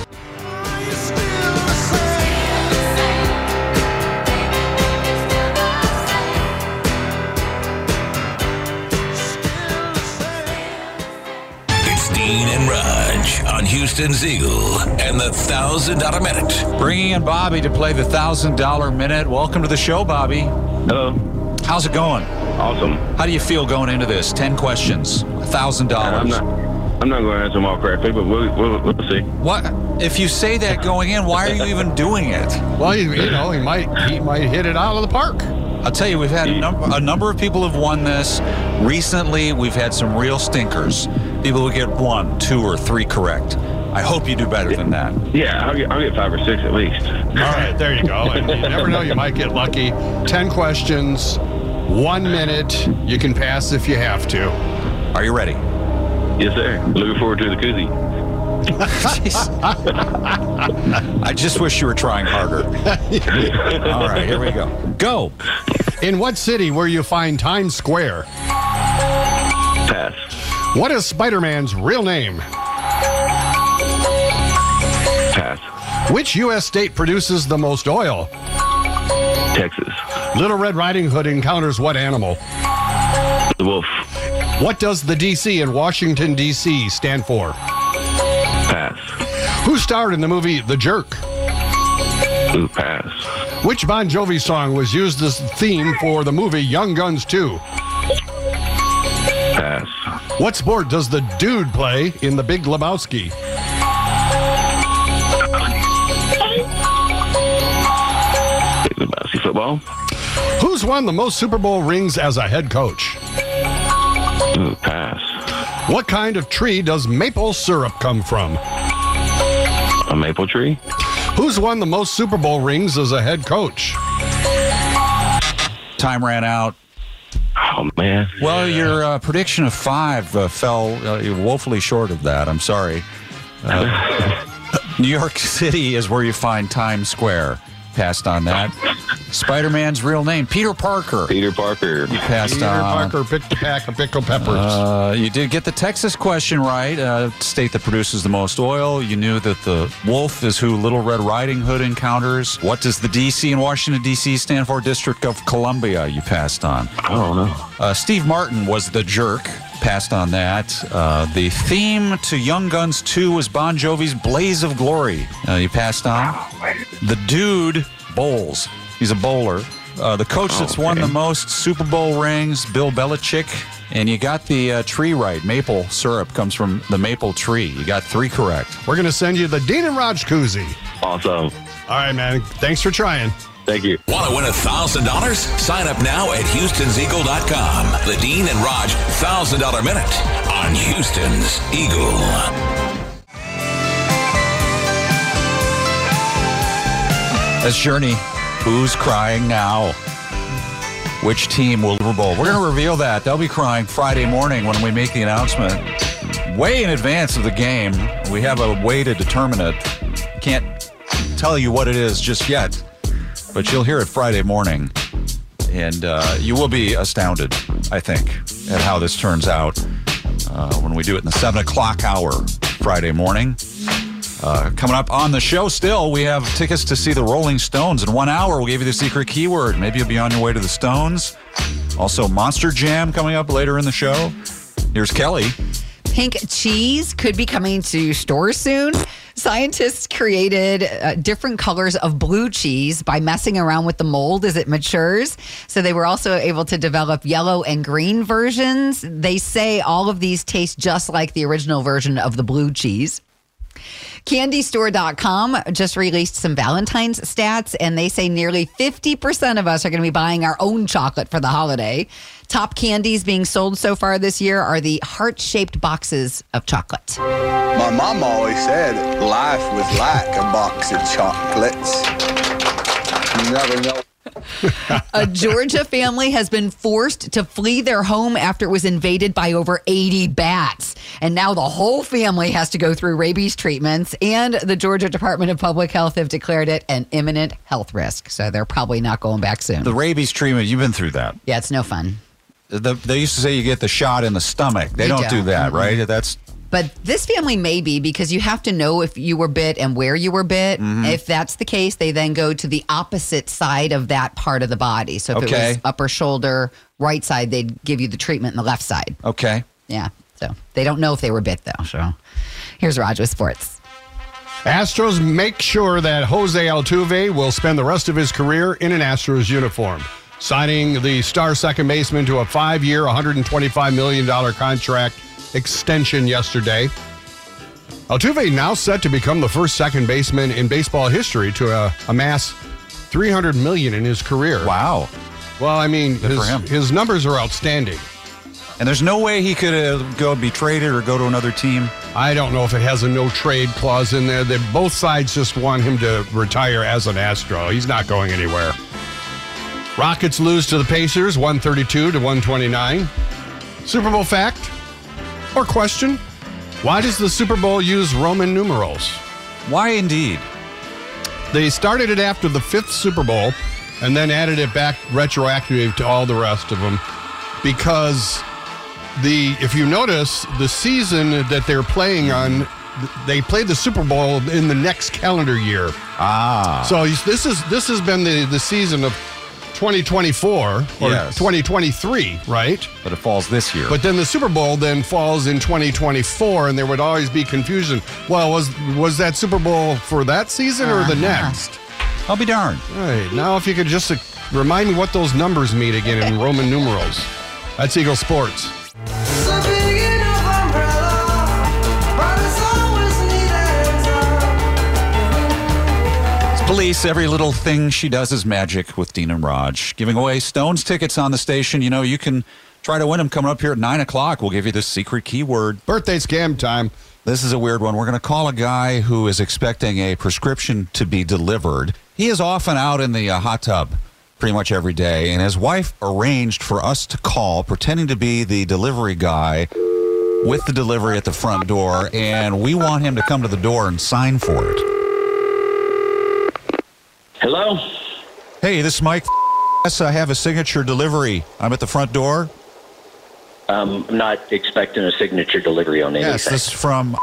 S1: Houston's Eagle and the $1,000 Minute.
S5: Bringing in Bobby to play the thousand dollar minute. Welcome to the show, Bobby. Hello. How's it going? Awesome. How do you feel going into this? Ten questions, thousand
S16: I'm
S5: dollars.
S16: not. I'm not going to answer them all correctly, but we'll, we'll, we'll see.
S5: What? If you say that going in, why are you even doing it?
S3: Well, you, you know, he might he might hit it out of the park.
S5: I'll tell you, we've had a number, a number of people have won this. Recently, we've had some real stinkers. People who get one, two, or three correct. I hope you do better than that.
S16: Yeah, I'll get, I'll get five or six at least.
S3: All right, there you go. And you never know, you might get lucky. 10 questions, one minute. You can pass if you have to.
S5: Are you ready?
S16: Yes, sir. Looking forward to the koozie.
S5: I just wish you were trying harder. All right, here we go. Go.
S3: In what city where you find Times Square?
S16: Pass.
S3: What is Spider Man's real name? Pass. Which U.S. state produces the most oil?
S16: Texas.
S3: Little Red Riding Hood encounters what animal?
S16: The wolf.
S3: What does the D.C. in Washington, D.C. stand for?
S16: Pass.
S3: Who starred in the movie The Jerk?
S16: Ooh, pass.
S3: Which Bon Jovi song was used as the theme for the movie Young Guns 2?
S16: Pass.
S3: What sport does the dude play in The Big Lebowski?
S16: Lebowski football.
S3: Who's won the most Super Bowl rings as a head coach?
S16: Ooh, pass.
S3: What kind of tree does maple syrup come from?
S16: A maple tree.
S3: Who's won the most Super Bowl rings as a head coach?
S5: Time ran out.
S16: Oh man.
S5: Well, your uh, prediction of five uh, fell uh, woefully short of that. I'm sorry. Uh, New York City is where you find Times Square. Passed on that. Spider Man's real name, Peter Parker.
S16: Peter Parker.
S5: You passed
S3: Peter
S5: on.
S3: Parker picked a pack of pickle peppers.
S5: Uh, you did get the Texas question right. Uh, state that produces the most oil. You knew that the wolf is who Little Red Riding Hood encounters. What does the D.C. in Washington, D.C. stand for? District of Columbia. You passed on.
S16: Oh no.
S5: Uh, Steve Martin was the jerk. Passed on that. Uh, the theme to Young Guns 2 was Bon Jovi's Blaze of Glory. Uh, you passed on. The dude bowls. He's a bowler. Uh, the coach that's won the most Super Bowl rings, Bill Belichick. And you got the uh, tree right. Maple syrup comes from the maple tree. You got three correct.
S3: We're going to send you the Dean and Raj koozie.
S16: Awesome.
S3: All right, man. Thanks for trying.
S16: Thank you.
S1: Want to win $1,000? Sign up now at Houston'sEagle.com. The Dean and Raj $1,000 Minute on Houston's Eagle.
S5: That's Journey. Who's crying now? Which team will Super Bowl? We're going to reveal that. They'll be crying Friday morning when we make the announcement. Way in advance of the game, we have a way to determine it. Can't tell you what it is just yet, but you'll hear it Friday morning. And uh, you will be astounded, I think, at how this turns out uh, when we do it in the 7 o'clock hour Friday morning. Uh, coming up on the show, still, we have tickets to see the Rolling Stones. In one hour, we'll give you the secret keyword. Maybe you'll be on your way to the Stones. Also, Monster Jam coming up later in the show. Here's Kelly.
S8: Pink cheese could be coming to stores soon. Scientists created uh, different colors of blue cheese by messing around with the mold as it matures. So they were also able to develop yellow and green versions. They say all of these taste just like the original version of the blue cheese. CandyStore.com just released some Valentine's stats, and they say nearly 50% of us are going to be buying our own chocolate for the holiday. Top candies being sold so far this year are the heart shaped boxes of chocolate.
S2: My mom always said life was like a box of chocolates. You never know.
S8: A Georgia family has been forced to flee their home after it was invaded by over 80 bats. And now the whole family has to go through rabies treatments. And the Georgia Department of Public Health have declared it an imminent health risk. So they're probably not going back soon.
S5: The rabies treatment, you've been through that.
S8: Yeah, it's no fun.
S5: The, they used to say you get the shot in the stomach. They
S8: You
S5: don't, do
S8: don't.
S5: that,
S8: Mm-mm.
S5: right? That's
S8: But this family may be because you have to know if you were bit and where you were bit.
S5: Mhm.
S8: If that's the case, they then go to the opposite side of that part of the body. So if it was
S5: Okay.
S8: upper shoulder, right side, they'd give you the treatment in the left side.
S5: okay.
S8: Yeah. So they don't know if they were bit though. So Here's Raj with sports.
S3: Astros make sure that Jose Altuve will spend the rest of his career in an Astros uniform, signing the star second baseman to a five year, $125 million contract extension yesterday. Altuve now set to become the first second baseman in baseball history to uh, amass 300 million in his career.
S5: Wow.
S3: Well, I mean,
S5: Good for
S3: his,
S5: him.
S3: his numbers are outstanding.
S5: And there's no way he could uh, go be traded or go to another team.
S3: I don't know if it has a no trade clause in there. They both sides just want him to retire as an Astro. He's not going anywhere. Rockets lose to the Pacers 132 to 129. Super Bowl fact or question? Why does the Super Bowl use Roman numerals?
S5: Why indeed?
S3: They started it after the fifth Super Bowl and then added it back retroactive to all the rest of them because the if you notice the season that they're playing on they played the Super Bowl in the next calendar year.
S5: Ah.
S3: So you- this is this has been the, the season of 2024 or
S5: Yes.
S3: 2023, right?
S5: But it falls this year.
S3: But then the Super Bowl then falls in 2024, and there would always be confusion. Well, was was that Super Bowl for that season or the
S5: Uh-huh.
S3: next?
S5: I'll be darned.
S3: All right. Now, if you could just uh, remind me what those numbers mean again in Roman numerals. That's Eagle Sports.
S5: It's police. Every little thing she does is magic with Dean and Raj. Giving away Stones tickets on the station. You know, you can try to win them coming up here at 9 o'clock. We'll give you the secret keyword.
S3: Birthday scam time.
S5: This is a weird one. We're going to call a guy who is expecting a prescription to be delivered. He is often out in the uh, hot tub pretty much every day, and his wife arranged for us to call, pretending to be the delivery guy with the delivery at the front door, and we want him to come to the door and sign for it.
S16: Hello?
S5: Hey, this is Mike. Yes, I have a signature delivery. I'm at the front door.
S10: Um, I'm not expecting a signature delivery on anything.
S5: Yes, this is from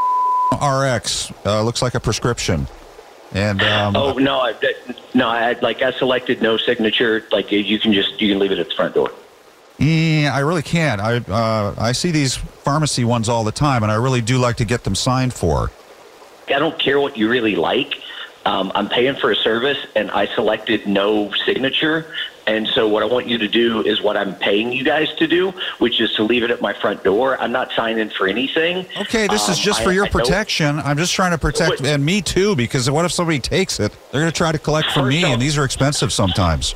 S5: RX. Uh, looks like a prescription. And um,
S10: oh no, I, that, no, I like I selected no signature. Like you can just you can leave it at the front door.
S5: eh, I really can't. I uh, I see these pharmacy ones all the time, and I really do like to get them signed for.
S10: I don't care what you really like. Um, I'm paying for a service, and I selected no signature. And so, what I want you to do is what I'm paying you guys to do, which is to leave it at my front door. I'm not signing for anything.
S5: Okay, this is
S10: Um,
S5: just
S10: I-
S5: for your
S10: I don't-
S5: protection. I'm just trying to protect, and me too, because what if somebody takes it? They're going to try to collect from me, and these are expensive sometimes.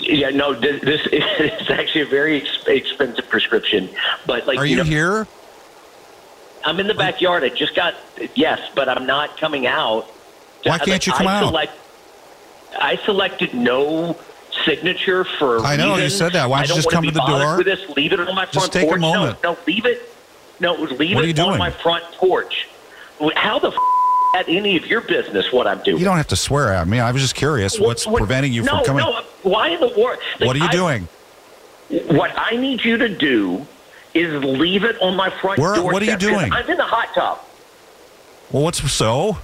S10: Yeah, no, this, this is actually a very ex- expensive prescription. But like,
S5: Are you
S10: know,
S5: here?
S10: I'm in the backyard. I just got yes, but I'm not coming out.
S5: Why can't you come
S10: I
S5: out?
S10: Select, I selected no signature for. a
S5: I know, you
S10: reason.
S5: said that. Why don't
S10: I
S5: you just
S10: wanna
S5: come
S10: be
S5: to the
S10: bothered
S5: door?
S10: With this, leave it on my
S5: Just
S10: front
S5: take a
S10: porch.
S5: moment.
S10: No, no, leave it. No, leave
S5: What are
S10: it
S5: you
S10: on
S5: doing?
S10: my front porch. How the f- at any of your business what I'm doing?
S5: You don't have to swear at me. I was just curious. What's
S10: What-
S5: preventing you
S10: no,
S5: from coming?
S10: No, why in the world?
S5: What are you
S10: I-
S5: doing?
S10: What I need you to do is leave it on my front
S5: Where-
S10: door.
S5: what are you doing?
S10: I'm in the hot tub.
S5: Well, what's so?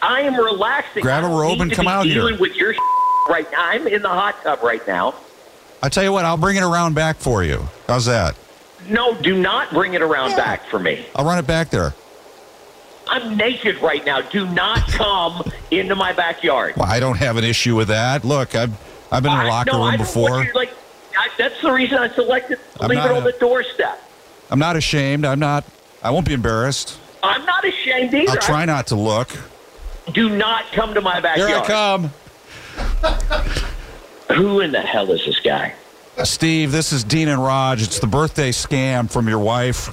S10: I am relaxing.
S5: Grab
S10: I
S5: a
S10: don't
S5: robe
S10: need
S5: and
S10: to
S5: come
S10: be
S5: out here.
S10: dealing With your right now, I'm in the hot tub right now.
S5: I tell you what, I'll bring it around back for you. How's that?
S10: No, do not bring it around back for me.
S5: I'll run it back there.
S10: I'm naked right now. Do not come into my backyard.
S5: Well, I don't have an issue with that. Look, I've I've been in a locker
S10: no, I
S5: room
S10: don't want
S5: before.
S10: you, like I, that's the reason I selected
S5: I'm
S10: leave it
S5: not
S10: on
S5: a-
S10: the doorstep.
S5: I'm not ashamed. I'm not. I won't be embarrassed.
S10: I'm not ashamed either.
S5: I'll try not to look.
S10: Do not come to my
S5: Here
S10: backyard.
S5: I come.
S10: Who in the hell is this guy?
S5: Uh, Steve, this is Dean and Raj. It's the birthday scam from your wife.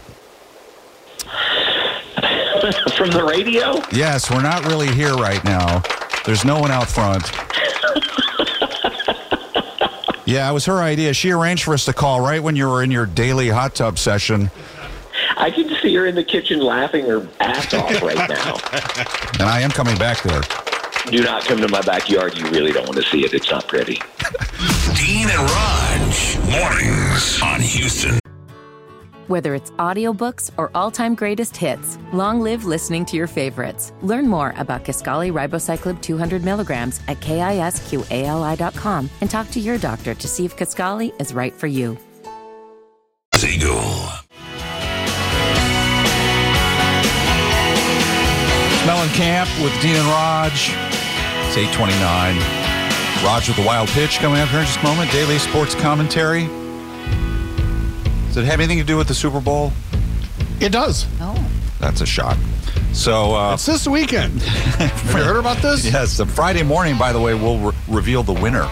S10: From the radio?
S5: Yes, we're not really here right now. There's no one out front. Yeah, it was her idea. She arranged for us to call right when you were in your daily hot tub session.
S10: I can see her in the kitchen laughing her ass off right now.
S5: And I am coming back there.
S10: Do not come to my backyard. You really don't want to see it. It's not pretty.
S1: Dean and Raj, mornings on Houston.
S11: Whether it's audiobooks or all-time greatest hits, long live listening to your favorites. Learn more about Kaskali Ribocyclib 200 milligrams at kisqali.com and talk to your doctor to see if Kaskali is right for you.
S1: Siegel.
S5: Camp with Dean and Raj. It's 829. Raj with the wild pitch coming up here in just a moment. Daily sports commentary. Does it have anything to do with the Super Bowl?
S3: It does.
S8: Oh.
S5: That's a shock. So uh,
S3: it's this weekend. have you heard about this?
S5: Yes. The Friday morning, by the way, we'll re- reveal the winner.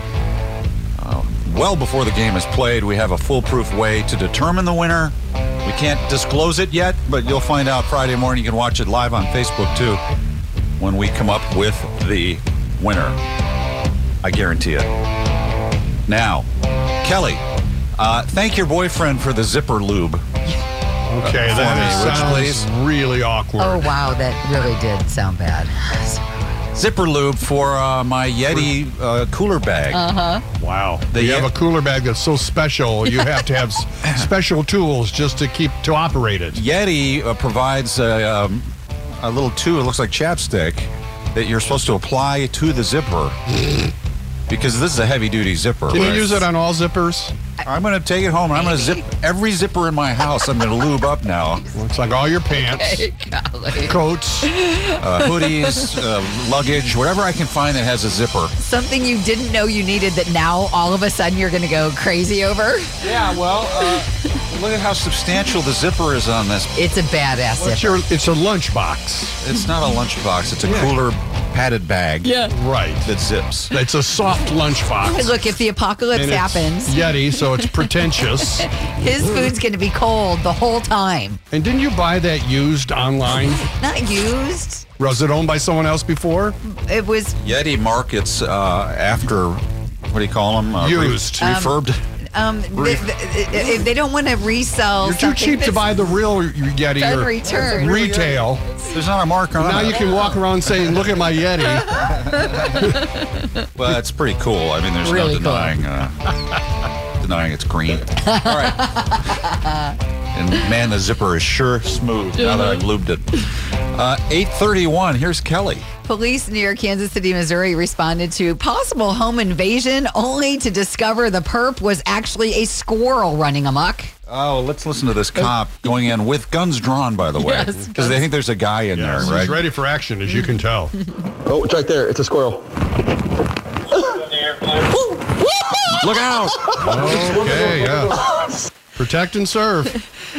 S5: Uh, well before the game is played, we have a foolproof way to determine the winner. We can't disclose it yet, but you'll find out Friday morning. You can watch it live on Facebook too when we come up with the winner. I guarantee it. Now, Kelly, uh, thank your boyfriend for the zipper lube.
S3: Okay, that
S5: Uh, for me, would you
S3: sounds really awkward.
S8: Oh, wow. That really did sound bad.
S5: Zipper lube for uh, my Yeti uh, cooler bag.
S8: Uh huh.
S3: Wow.
S5: The
S3: you
S5: Ye-
S3: have a cooler bag that's so special, you have to have s- special tools just to keep to operate it.
S5: Yeti uh, provides a, um, a little tube. It looks like chapstick that you're supposed to apply to the zipper because this is a heavy-duty zipper.
S3: Can you
S5: right?
S3: use it on all zippers?
S5: I'm going to take it home. and I'm going to zip every zipper in my house. I'm going to lube up now.
S3: Looks like all your pants, coats,
S5: uh, hoodies, uh, luggage, whatever I can find that has a zipper.
S8: Something you didn't know you needed that now all of a sudden you're going to go crazy over.
S5: Yeah, well, uh, look at how substantial the zipper is on this.
S8: It's a badass
S3: What's
S8: zipper.
S3: your, it's a lunchbox.
S5: It's not a lunchbox. It's a cooler padded bag.
S8: Yeah.
S3: Right.
S5: That zips.
S3: It's a soft lunchbox.
S8: Look, if the apocalypse
S3: And it's
S8: happens,
S3: Yeti, so it's pretentious.
S8: his food's going to be cold the whole time.
S3: and didn't you buy that used online?
S8: Not used.
S3: Was it owned by someone else before?
S8: It was
S5: Yeti markets uh, after what do you call them? Uh, re-
S3: Used.
S8: Um,
S5: refurbed.
S8: um they,
S5: Brief.
S8: they, they don't want to resell.
S3: You're too
S8: something
S3: cheap to
S8: that's-
S3: buy the real Yeti
S8: Done
S3: or
S8: returned.
S3: retail.
S5: There's not a mark on
S3: Now
S5: it.
S3: you can walk around saying, "Look at my Yeti."
S5: Well, it's pretty cool. I mean, there's
S8: uh, Really
S5: no
S8: cool.
S5: denying uh, denying it's green. All right. And man, the zipper is sure smooth now that
S8: Uh-huh.
S5: I've lubed it. Uh, 831. Here's Kelly.
S8: Police near Kansas City, Missouri responded to possible home invasion only to discover the perp was actually a squirrel running amok.
S5: Oh, let's listen to this cop going in with guns drawn, by the way,
S8: Uh, Yes,
S5: because they think there's a guy in
S3: Yes,
S5: there, right?
S3: He's ready for action, as you can tell.
S21: Oh, it's right there. It's a squirrel.
S5: Look out!
S3: Okay, yeah. Protect and serve.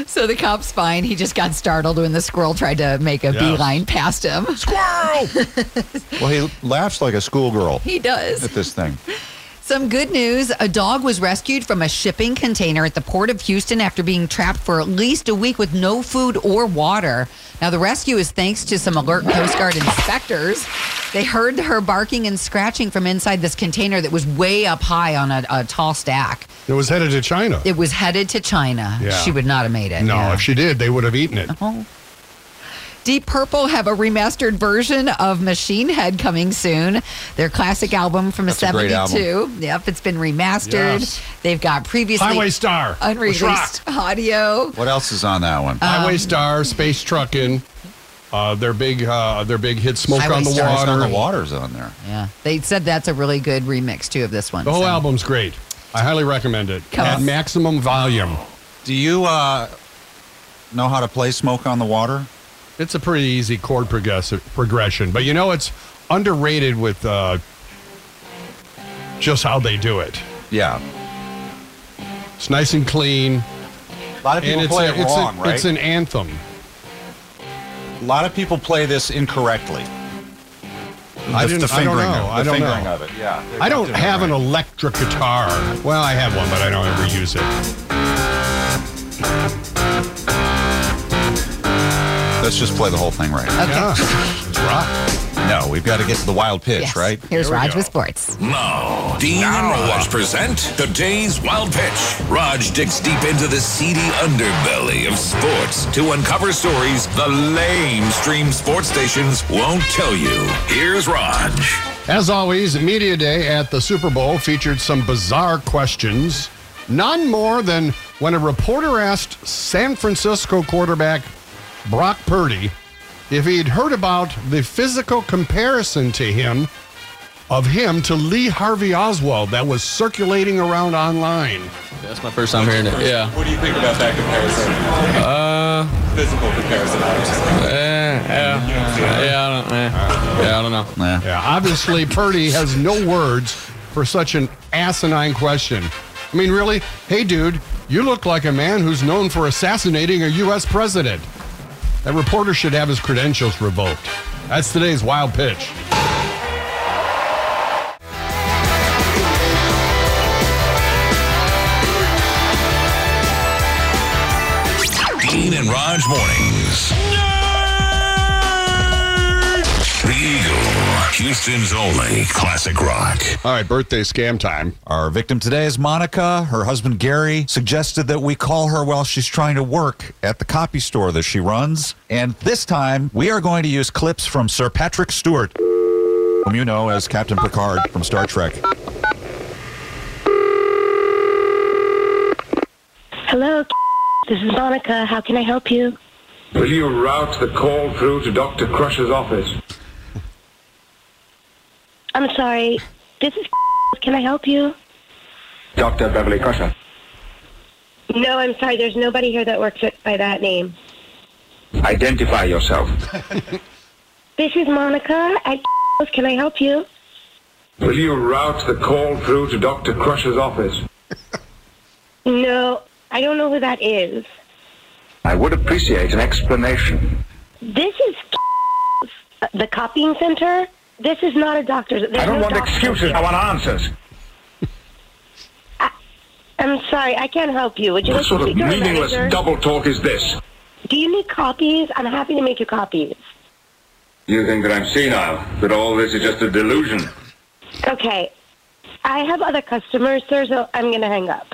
S8: So the cop's fine. He just got startled when the squirrel tried to make a
S5: Yeah.
S8: beeline past him.
S5: Squirrel! well, he laughs like a schoolgirl
S8: He does.
S5: at this thing.
S8: Some good news. A dog was rescued from a shipping container at the Port of Houston after being trapped for at least a week with no food or water. Now, the rescue is thanks to some alert Coast Guard inspectors. They heard her barking and scratching from inside this container that was way up high on a, a tall stack.
S3: It was headed to China.
S8: It was headed to China.
S3: Yeah.
S8: She would not have made it.
S3: No,
S8: yeah.
S3: if she did, they would have eaten it.
S8: Oh. Deep Purple have a remastered version of Machine Head coming soon. Their classic album from
S5: That's a great
S8: '72. Yep, it's been remastered.
S3: Yes.
S8: They've got previously
S3: Highway Star, which rocked.
S8: unreleased audio.
S5: What else is on that one?
S3: Highway Star, Space Truckin', uh, their big, uh, their big hit, Smoke
S8: Highway
S3: on the
S8: Star.
S5: Ice
S3: Water.
S5: on the water's on there.
S8: Yeah, they said that's a really good remix too of this one.
S3: The whole
S8: so.
S3: album's great. I highly recommend it.
S8: Come
S3: At
S8: on.
S3: maximum volume.
S5: Do you uh, know how to play Smoke on the Water?
S3: It's a pretty easy chord progress- progression, but you know it's underrated with uh, just how they do it.
S5: Yeah.
S3: It's nice and clean,
S5: A lot of people
S3: and it's
S5: play
S3: a-
S5: it
S3: it's a-
S5: wrong, right?
S3: it's an anthem.
S5: a lot of people play this incorrectly.
S3: I didn't- I don't know.
S5: Of,
S3: I
S5: the
S3: don't
S5: fingering
S3: know.
S5: of it. Yeah. They're
S3: I
S5: not
S3: don't
S5: doing it
S3: have an
S5: right.
S3: electric guitar. Well, I have one, but I don't ever use it.
S5: Let's just play the whole thing right.
S8: Okay.
S3: Yeah, it's rock.
S5: No, we've got to get to the wild pitch,
S8: Yes.
S5: right?
S8: Here's
S3: There we
S8: Raj
S3: go.
S8: with sports.
S1: Now, Dean and Raj present today's Wild Pitch. Raj digs deep into the seedy underbelly of sports to uncover stories the lamestream sports stations won't tell you. Here's Raj.
S3: As always, Media Day at the Super Bowl featured some bizarre questions. None more than when a reporter asked San Francisco quarterback Brock Purdy if he'd heard about the physical comparison to him of him to Lee Harvey Oswald that was circulating around online.
S4: That's my first time hearing it. Yeah.
S5: What do you think about that comparison?
S4: Uh,
S5: Physical comparison, obviously.
S4: eh, yeah, yeah, I don't, eh, yeah, I don't know.
S3: Yeah, obviously Purdy has no words for such an asinine question. I mean, really? Hey, dude, you look like a man who's known for assassinating a U.S. president. That reporter should have his credentials revoked. That's today's wild pitch.
S1: Dean and Raj mornings. The Eagle, Houston's only classic rock.
S3: All right, birthday scam time.
S5: Our victim today is Monica. Her husband Gary suggested that we call her while she's trying to work at the copy store that she runs. And this time, we are going to use clips from Sir Patrick Stewart, whom you know as Captain Picard from Star Trek.
S19: Hello, this is Monica. How can I help you?
S20: Will you route the call through to Dr. Crusher's office?
S19: I'm sorry. This is. Can I help you?
S20: Dr. Beverly Crusher.
S19: No, I'm sorry. There's nobody here that works at- by that name.
S20: Identify yourself.
S19: This is Monica. At can I help you?
S20: Will you route the call through to Dr. Crusher's office?
S19: No, I don't know who that is.
S20: I would appreciate an explanation.
S19: This is the copying center. This is not a doctor's. There's
S20: I don't
S19: no
S20: want
S19: doctor.
S20: excuses. I want answers.
S19: I'm sorry. I can't help you. Would you
S20: What
S19: like
S20: sort
S19: to
S20: of
S19: speak to our
S20: meaningless
S19: manager?
S20: double talk is this?
S19: Do you need copies? I'm happy to make you copies.
S20: You think that I'm senile? That all this is just a delusion?
S19: Okay. I have other customers, sir, so I'm going to hang up.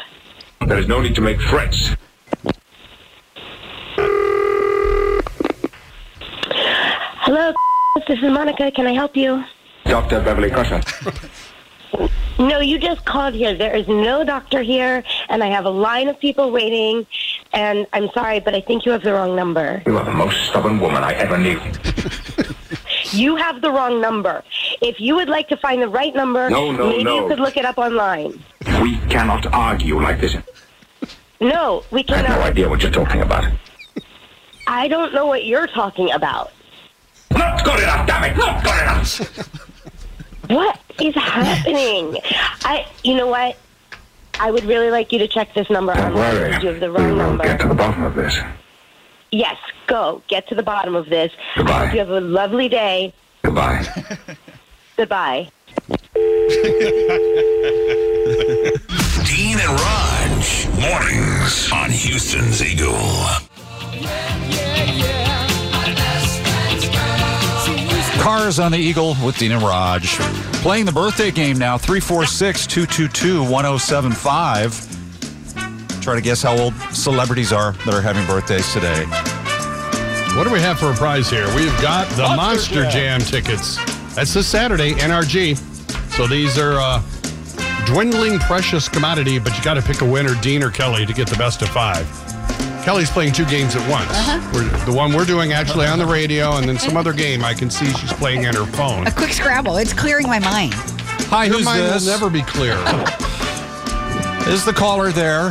S20: There is no need to make threats.
S19: Hello, this is Monica. Can I help you?
S20: Dr. Beverly Crusher.
S19: No, you just called here. There is no doctor here, and I have a line of people waiting. And I'm sorry, but I think you have the wrong number.
S20: You are the most stubborn woman I ever knew.
S19: You have the wrong number. If you would like to find the right number,
S20: No, no,
S19: maybe
S20: no.
S19: you could look it up online.
S20: We cannot argue like this.
S19: No, we
S20: I have no
S19: cannot.
S20: idea what you're talking about.
S19: I don't know what you're talking about.
S20: Not good enough, damn it! Not good enough!
S19: What is happening? I, you know what? I would really like you to check this number
S20: Don't
S19: online.
S20: worry.
S19: You have the wrong number.
S20: Get to the bottom of this.
S19: Yes, go. Get to the bottom of this. I hope you have a lovely day.
S20: Goodbye.
S19: Goodbye.
S1: Dean and Raj, mornings on Houston's Eagle.
S5: Cars on the Eagle with Dean and Raj. Playing the birthday game now, 346 222 1075. Try to guess how old celebrities are that are having birthdays today.
S3: What do we have for a prize here? We've got the Monster,
S5: Monster
S3: Jam.
S5: Jam.
S3: tickets. That's this Saturday, NRG. So these are uh, dwindling precious commodity, but you got to pick a winner, Dean or Kelly, to get the best of five. Kelly's playing two games at once. We're, the one we're doing actually on the radio, and then some other game I can see she's playing on her phone.
S8: A quick Scrabble. It's clearing my mind.
S5: Hi,
S3: Your
S5: who's
S3: mind
S5: this?
S3: will never be clear.
S5: Is the caller there?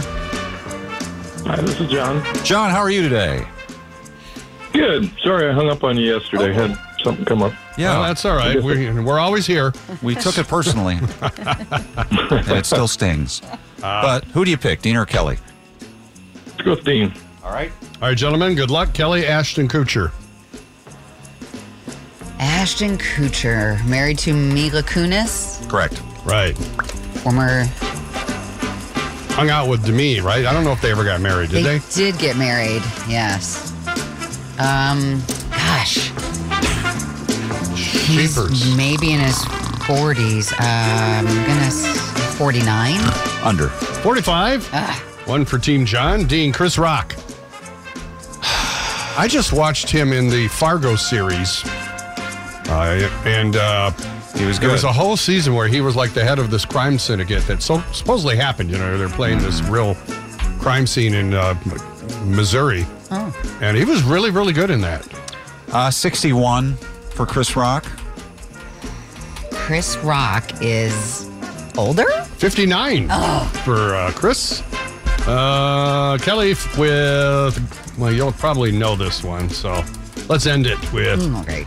S6: Hi, this is John.
S5: John, how are you today?
S6: Good. Sorry, I hung up on you yesterday. Had something come up.
S5: Oh.
S6: Oh.
S5: Yeah,
S3: Well, that's all right. We're, we're always here.
S5: We took it personally, and it still stings.
S3: Ah.
S5: but who do you pick, Dean or Kelly?
S3: Let's go with Dean.
S5: All right.
S3: All right, gentlemen. Good luck, Kelly Ashton Kutcher.
S8: Ashton Kutcher, married to Mila Kunis,
S5: Correct.
S3: Right.
S8: former.
S3: Hung out with Demi, right? I don't know if they ever got married, did they?
S8: did get married. Yes. Um, gosh. He's maybe in his 40s. Um, goodness, 49.
S5: Under.
S3: 45.
S8: Ah,
S3: One for Team John. Dean, Chris Rock. I just watched him in the Fargo series. Uh, and uh,
S5: he was
S3: There was
S5: good.
S3: a whole season where he was like the head of this crime syndicate that so supposedly happened. You know, they're playing this real crime scene in uh, Missouri.
S8: Oh.
S3: And he was really, really good in that.
S5: Uh, 61 for Chris Rock.
S8: Chris Rock is older? Oh.
S3: 59 for uh, Chris. Uh, Kelly f- with, well, you'll probably know this one, so let's end it with.
S8: Mm, okay.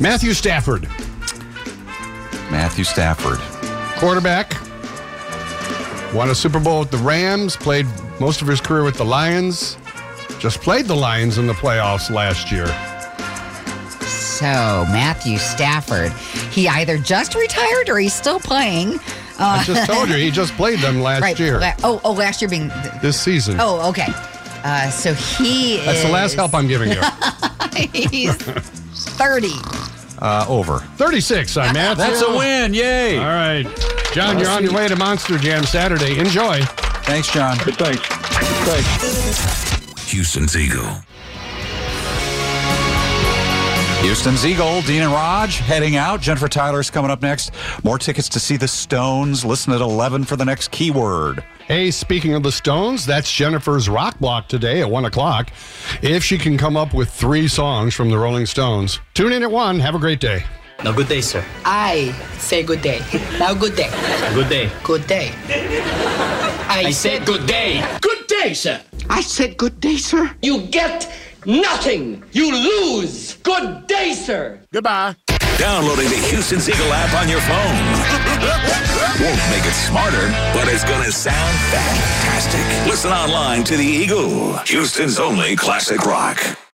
S3: Matthew Stafford,
S5: Matthew Stafford.
S3: quarterback. Won a Super Bowl with the Rams, played most of his career with the Lions, just played the Lions in the playoffs last year.
S8: So, Matthew Stafford, he either just retired or he's still playing. Uh,
S3: I just told you, he just played them last
S8: right,
S3: year.
S8: la- oh, oh, last year being.
S3: this season.
S8: Oh, okay. Uh, so he is.
S3: That's the last help I'm giving you.
S8: he's 30.
S3: Uh, over. 36 on Matthew.
S8: That's a
S5: win. Yay.
S3: All right. John, you're on your way to Monster Jam Saturday. Enjoy.
S5: Thanks, John.
S3: Thanks. Thanks.
S1: Houston's Eagle.
S5: Houston's Eagle, Dean and Raj heading out. Jennifer Tyler's coming up next. More tickets to see the Stones. Listen at 11 for the next keyword.
S3: Hey, speaking of the Stones, that's Jennifer's Rock Block today at 1 o'clock. If she can come up with three songs from the Rolling Stones, tune in at 1. Have a great day.
S7: No, good day, sir.
S9: I say good day. Now good day.
S7: Good day.
S9: Good day. I, said good day. Good day, sir. I said good day, sir. You get nothing. You lose. Good day, sir. Goodbye.
S1: Downloading the Houston's Eagle app on your phone won't make it smarter, but it's going to sound fantastic. Listen online to the Eagle, Houston's only classic rock.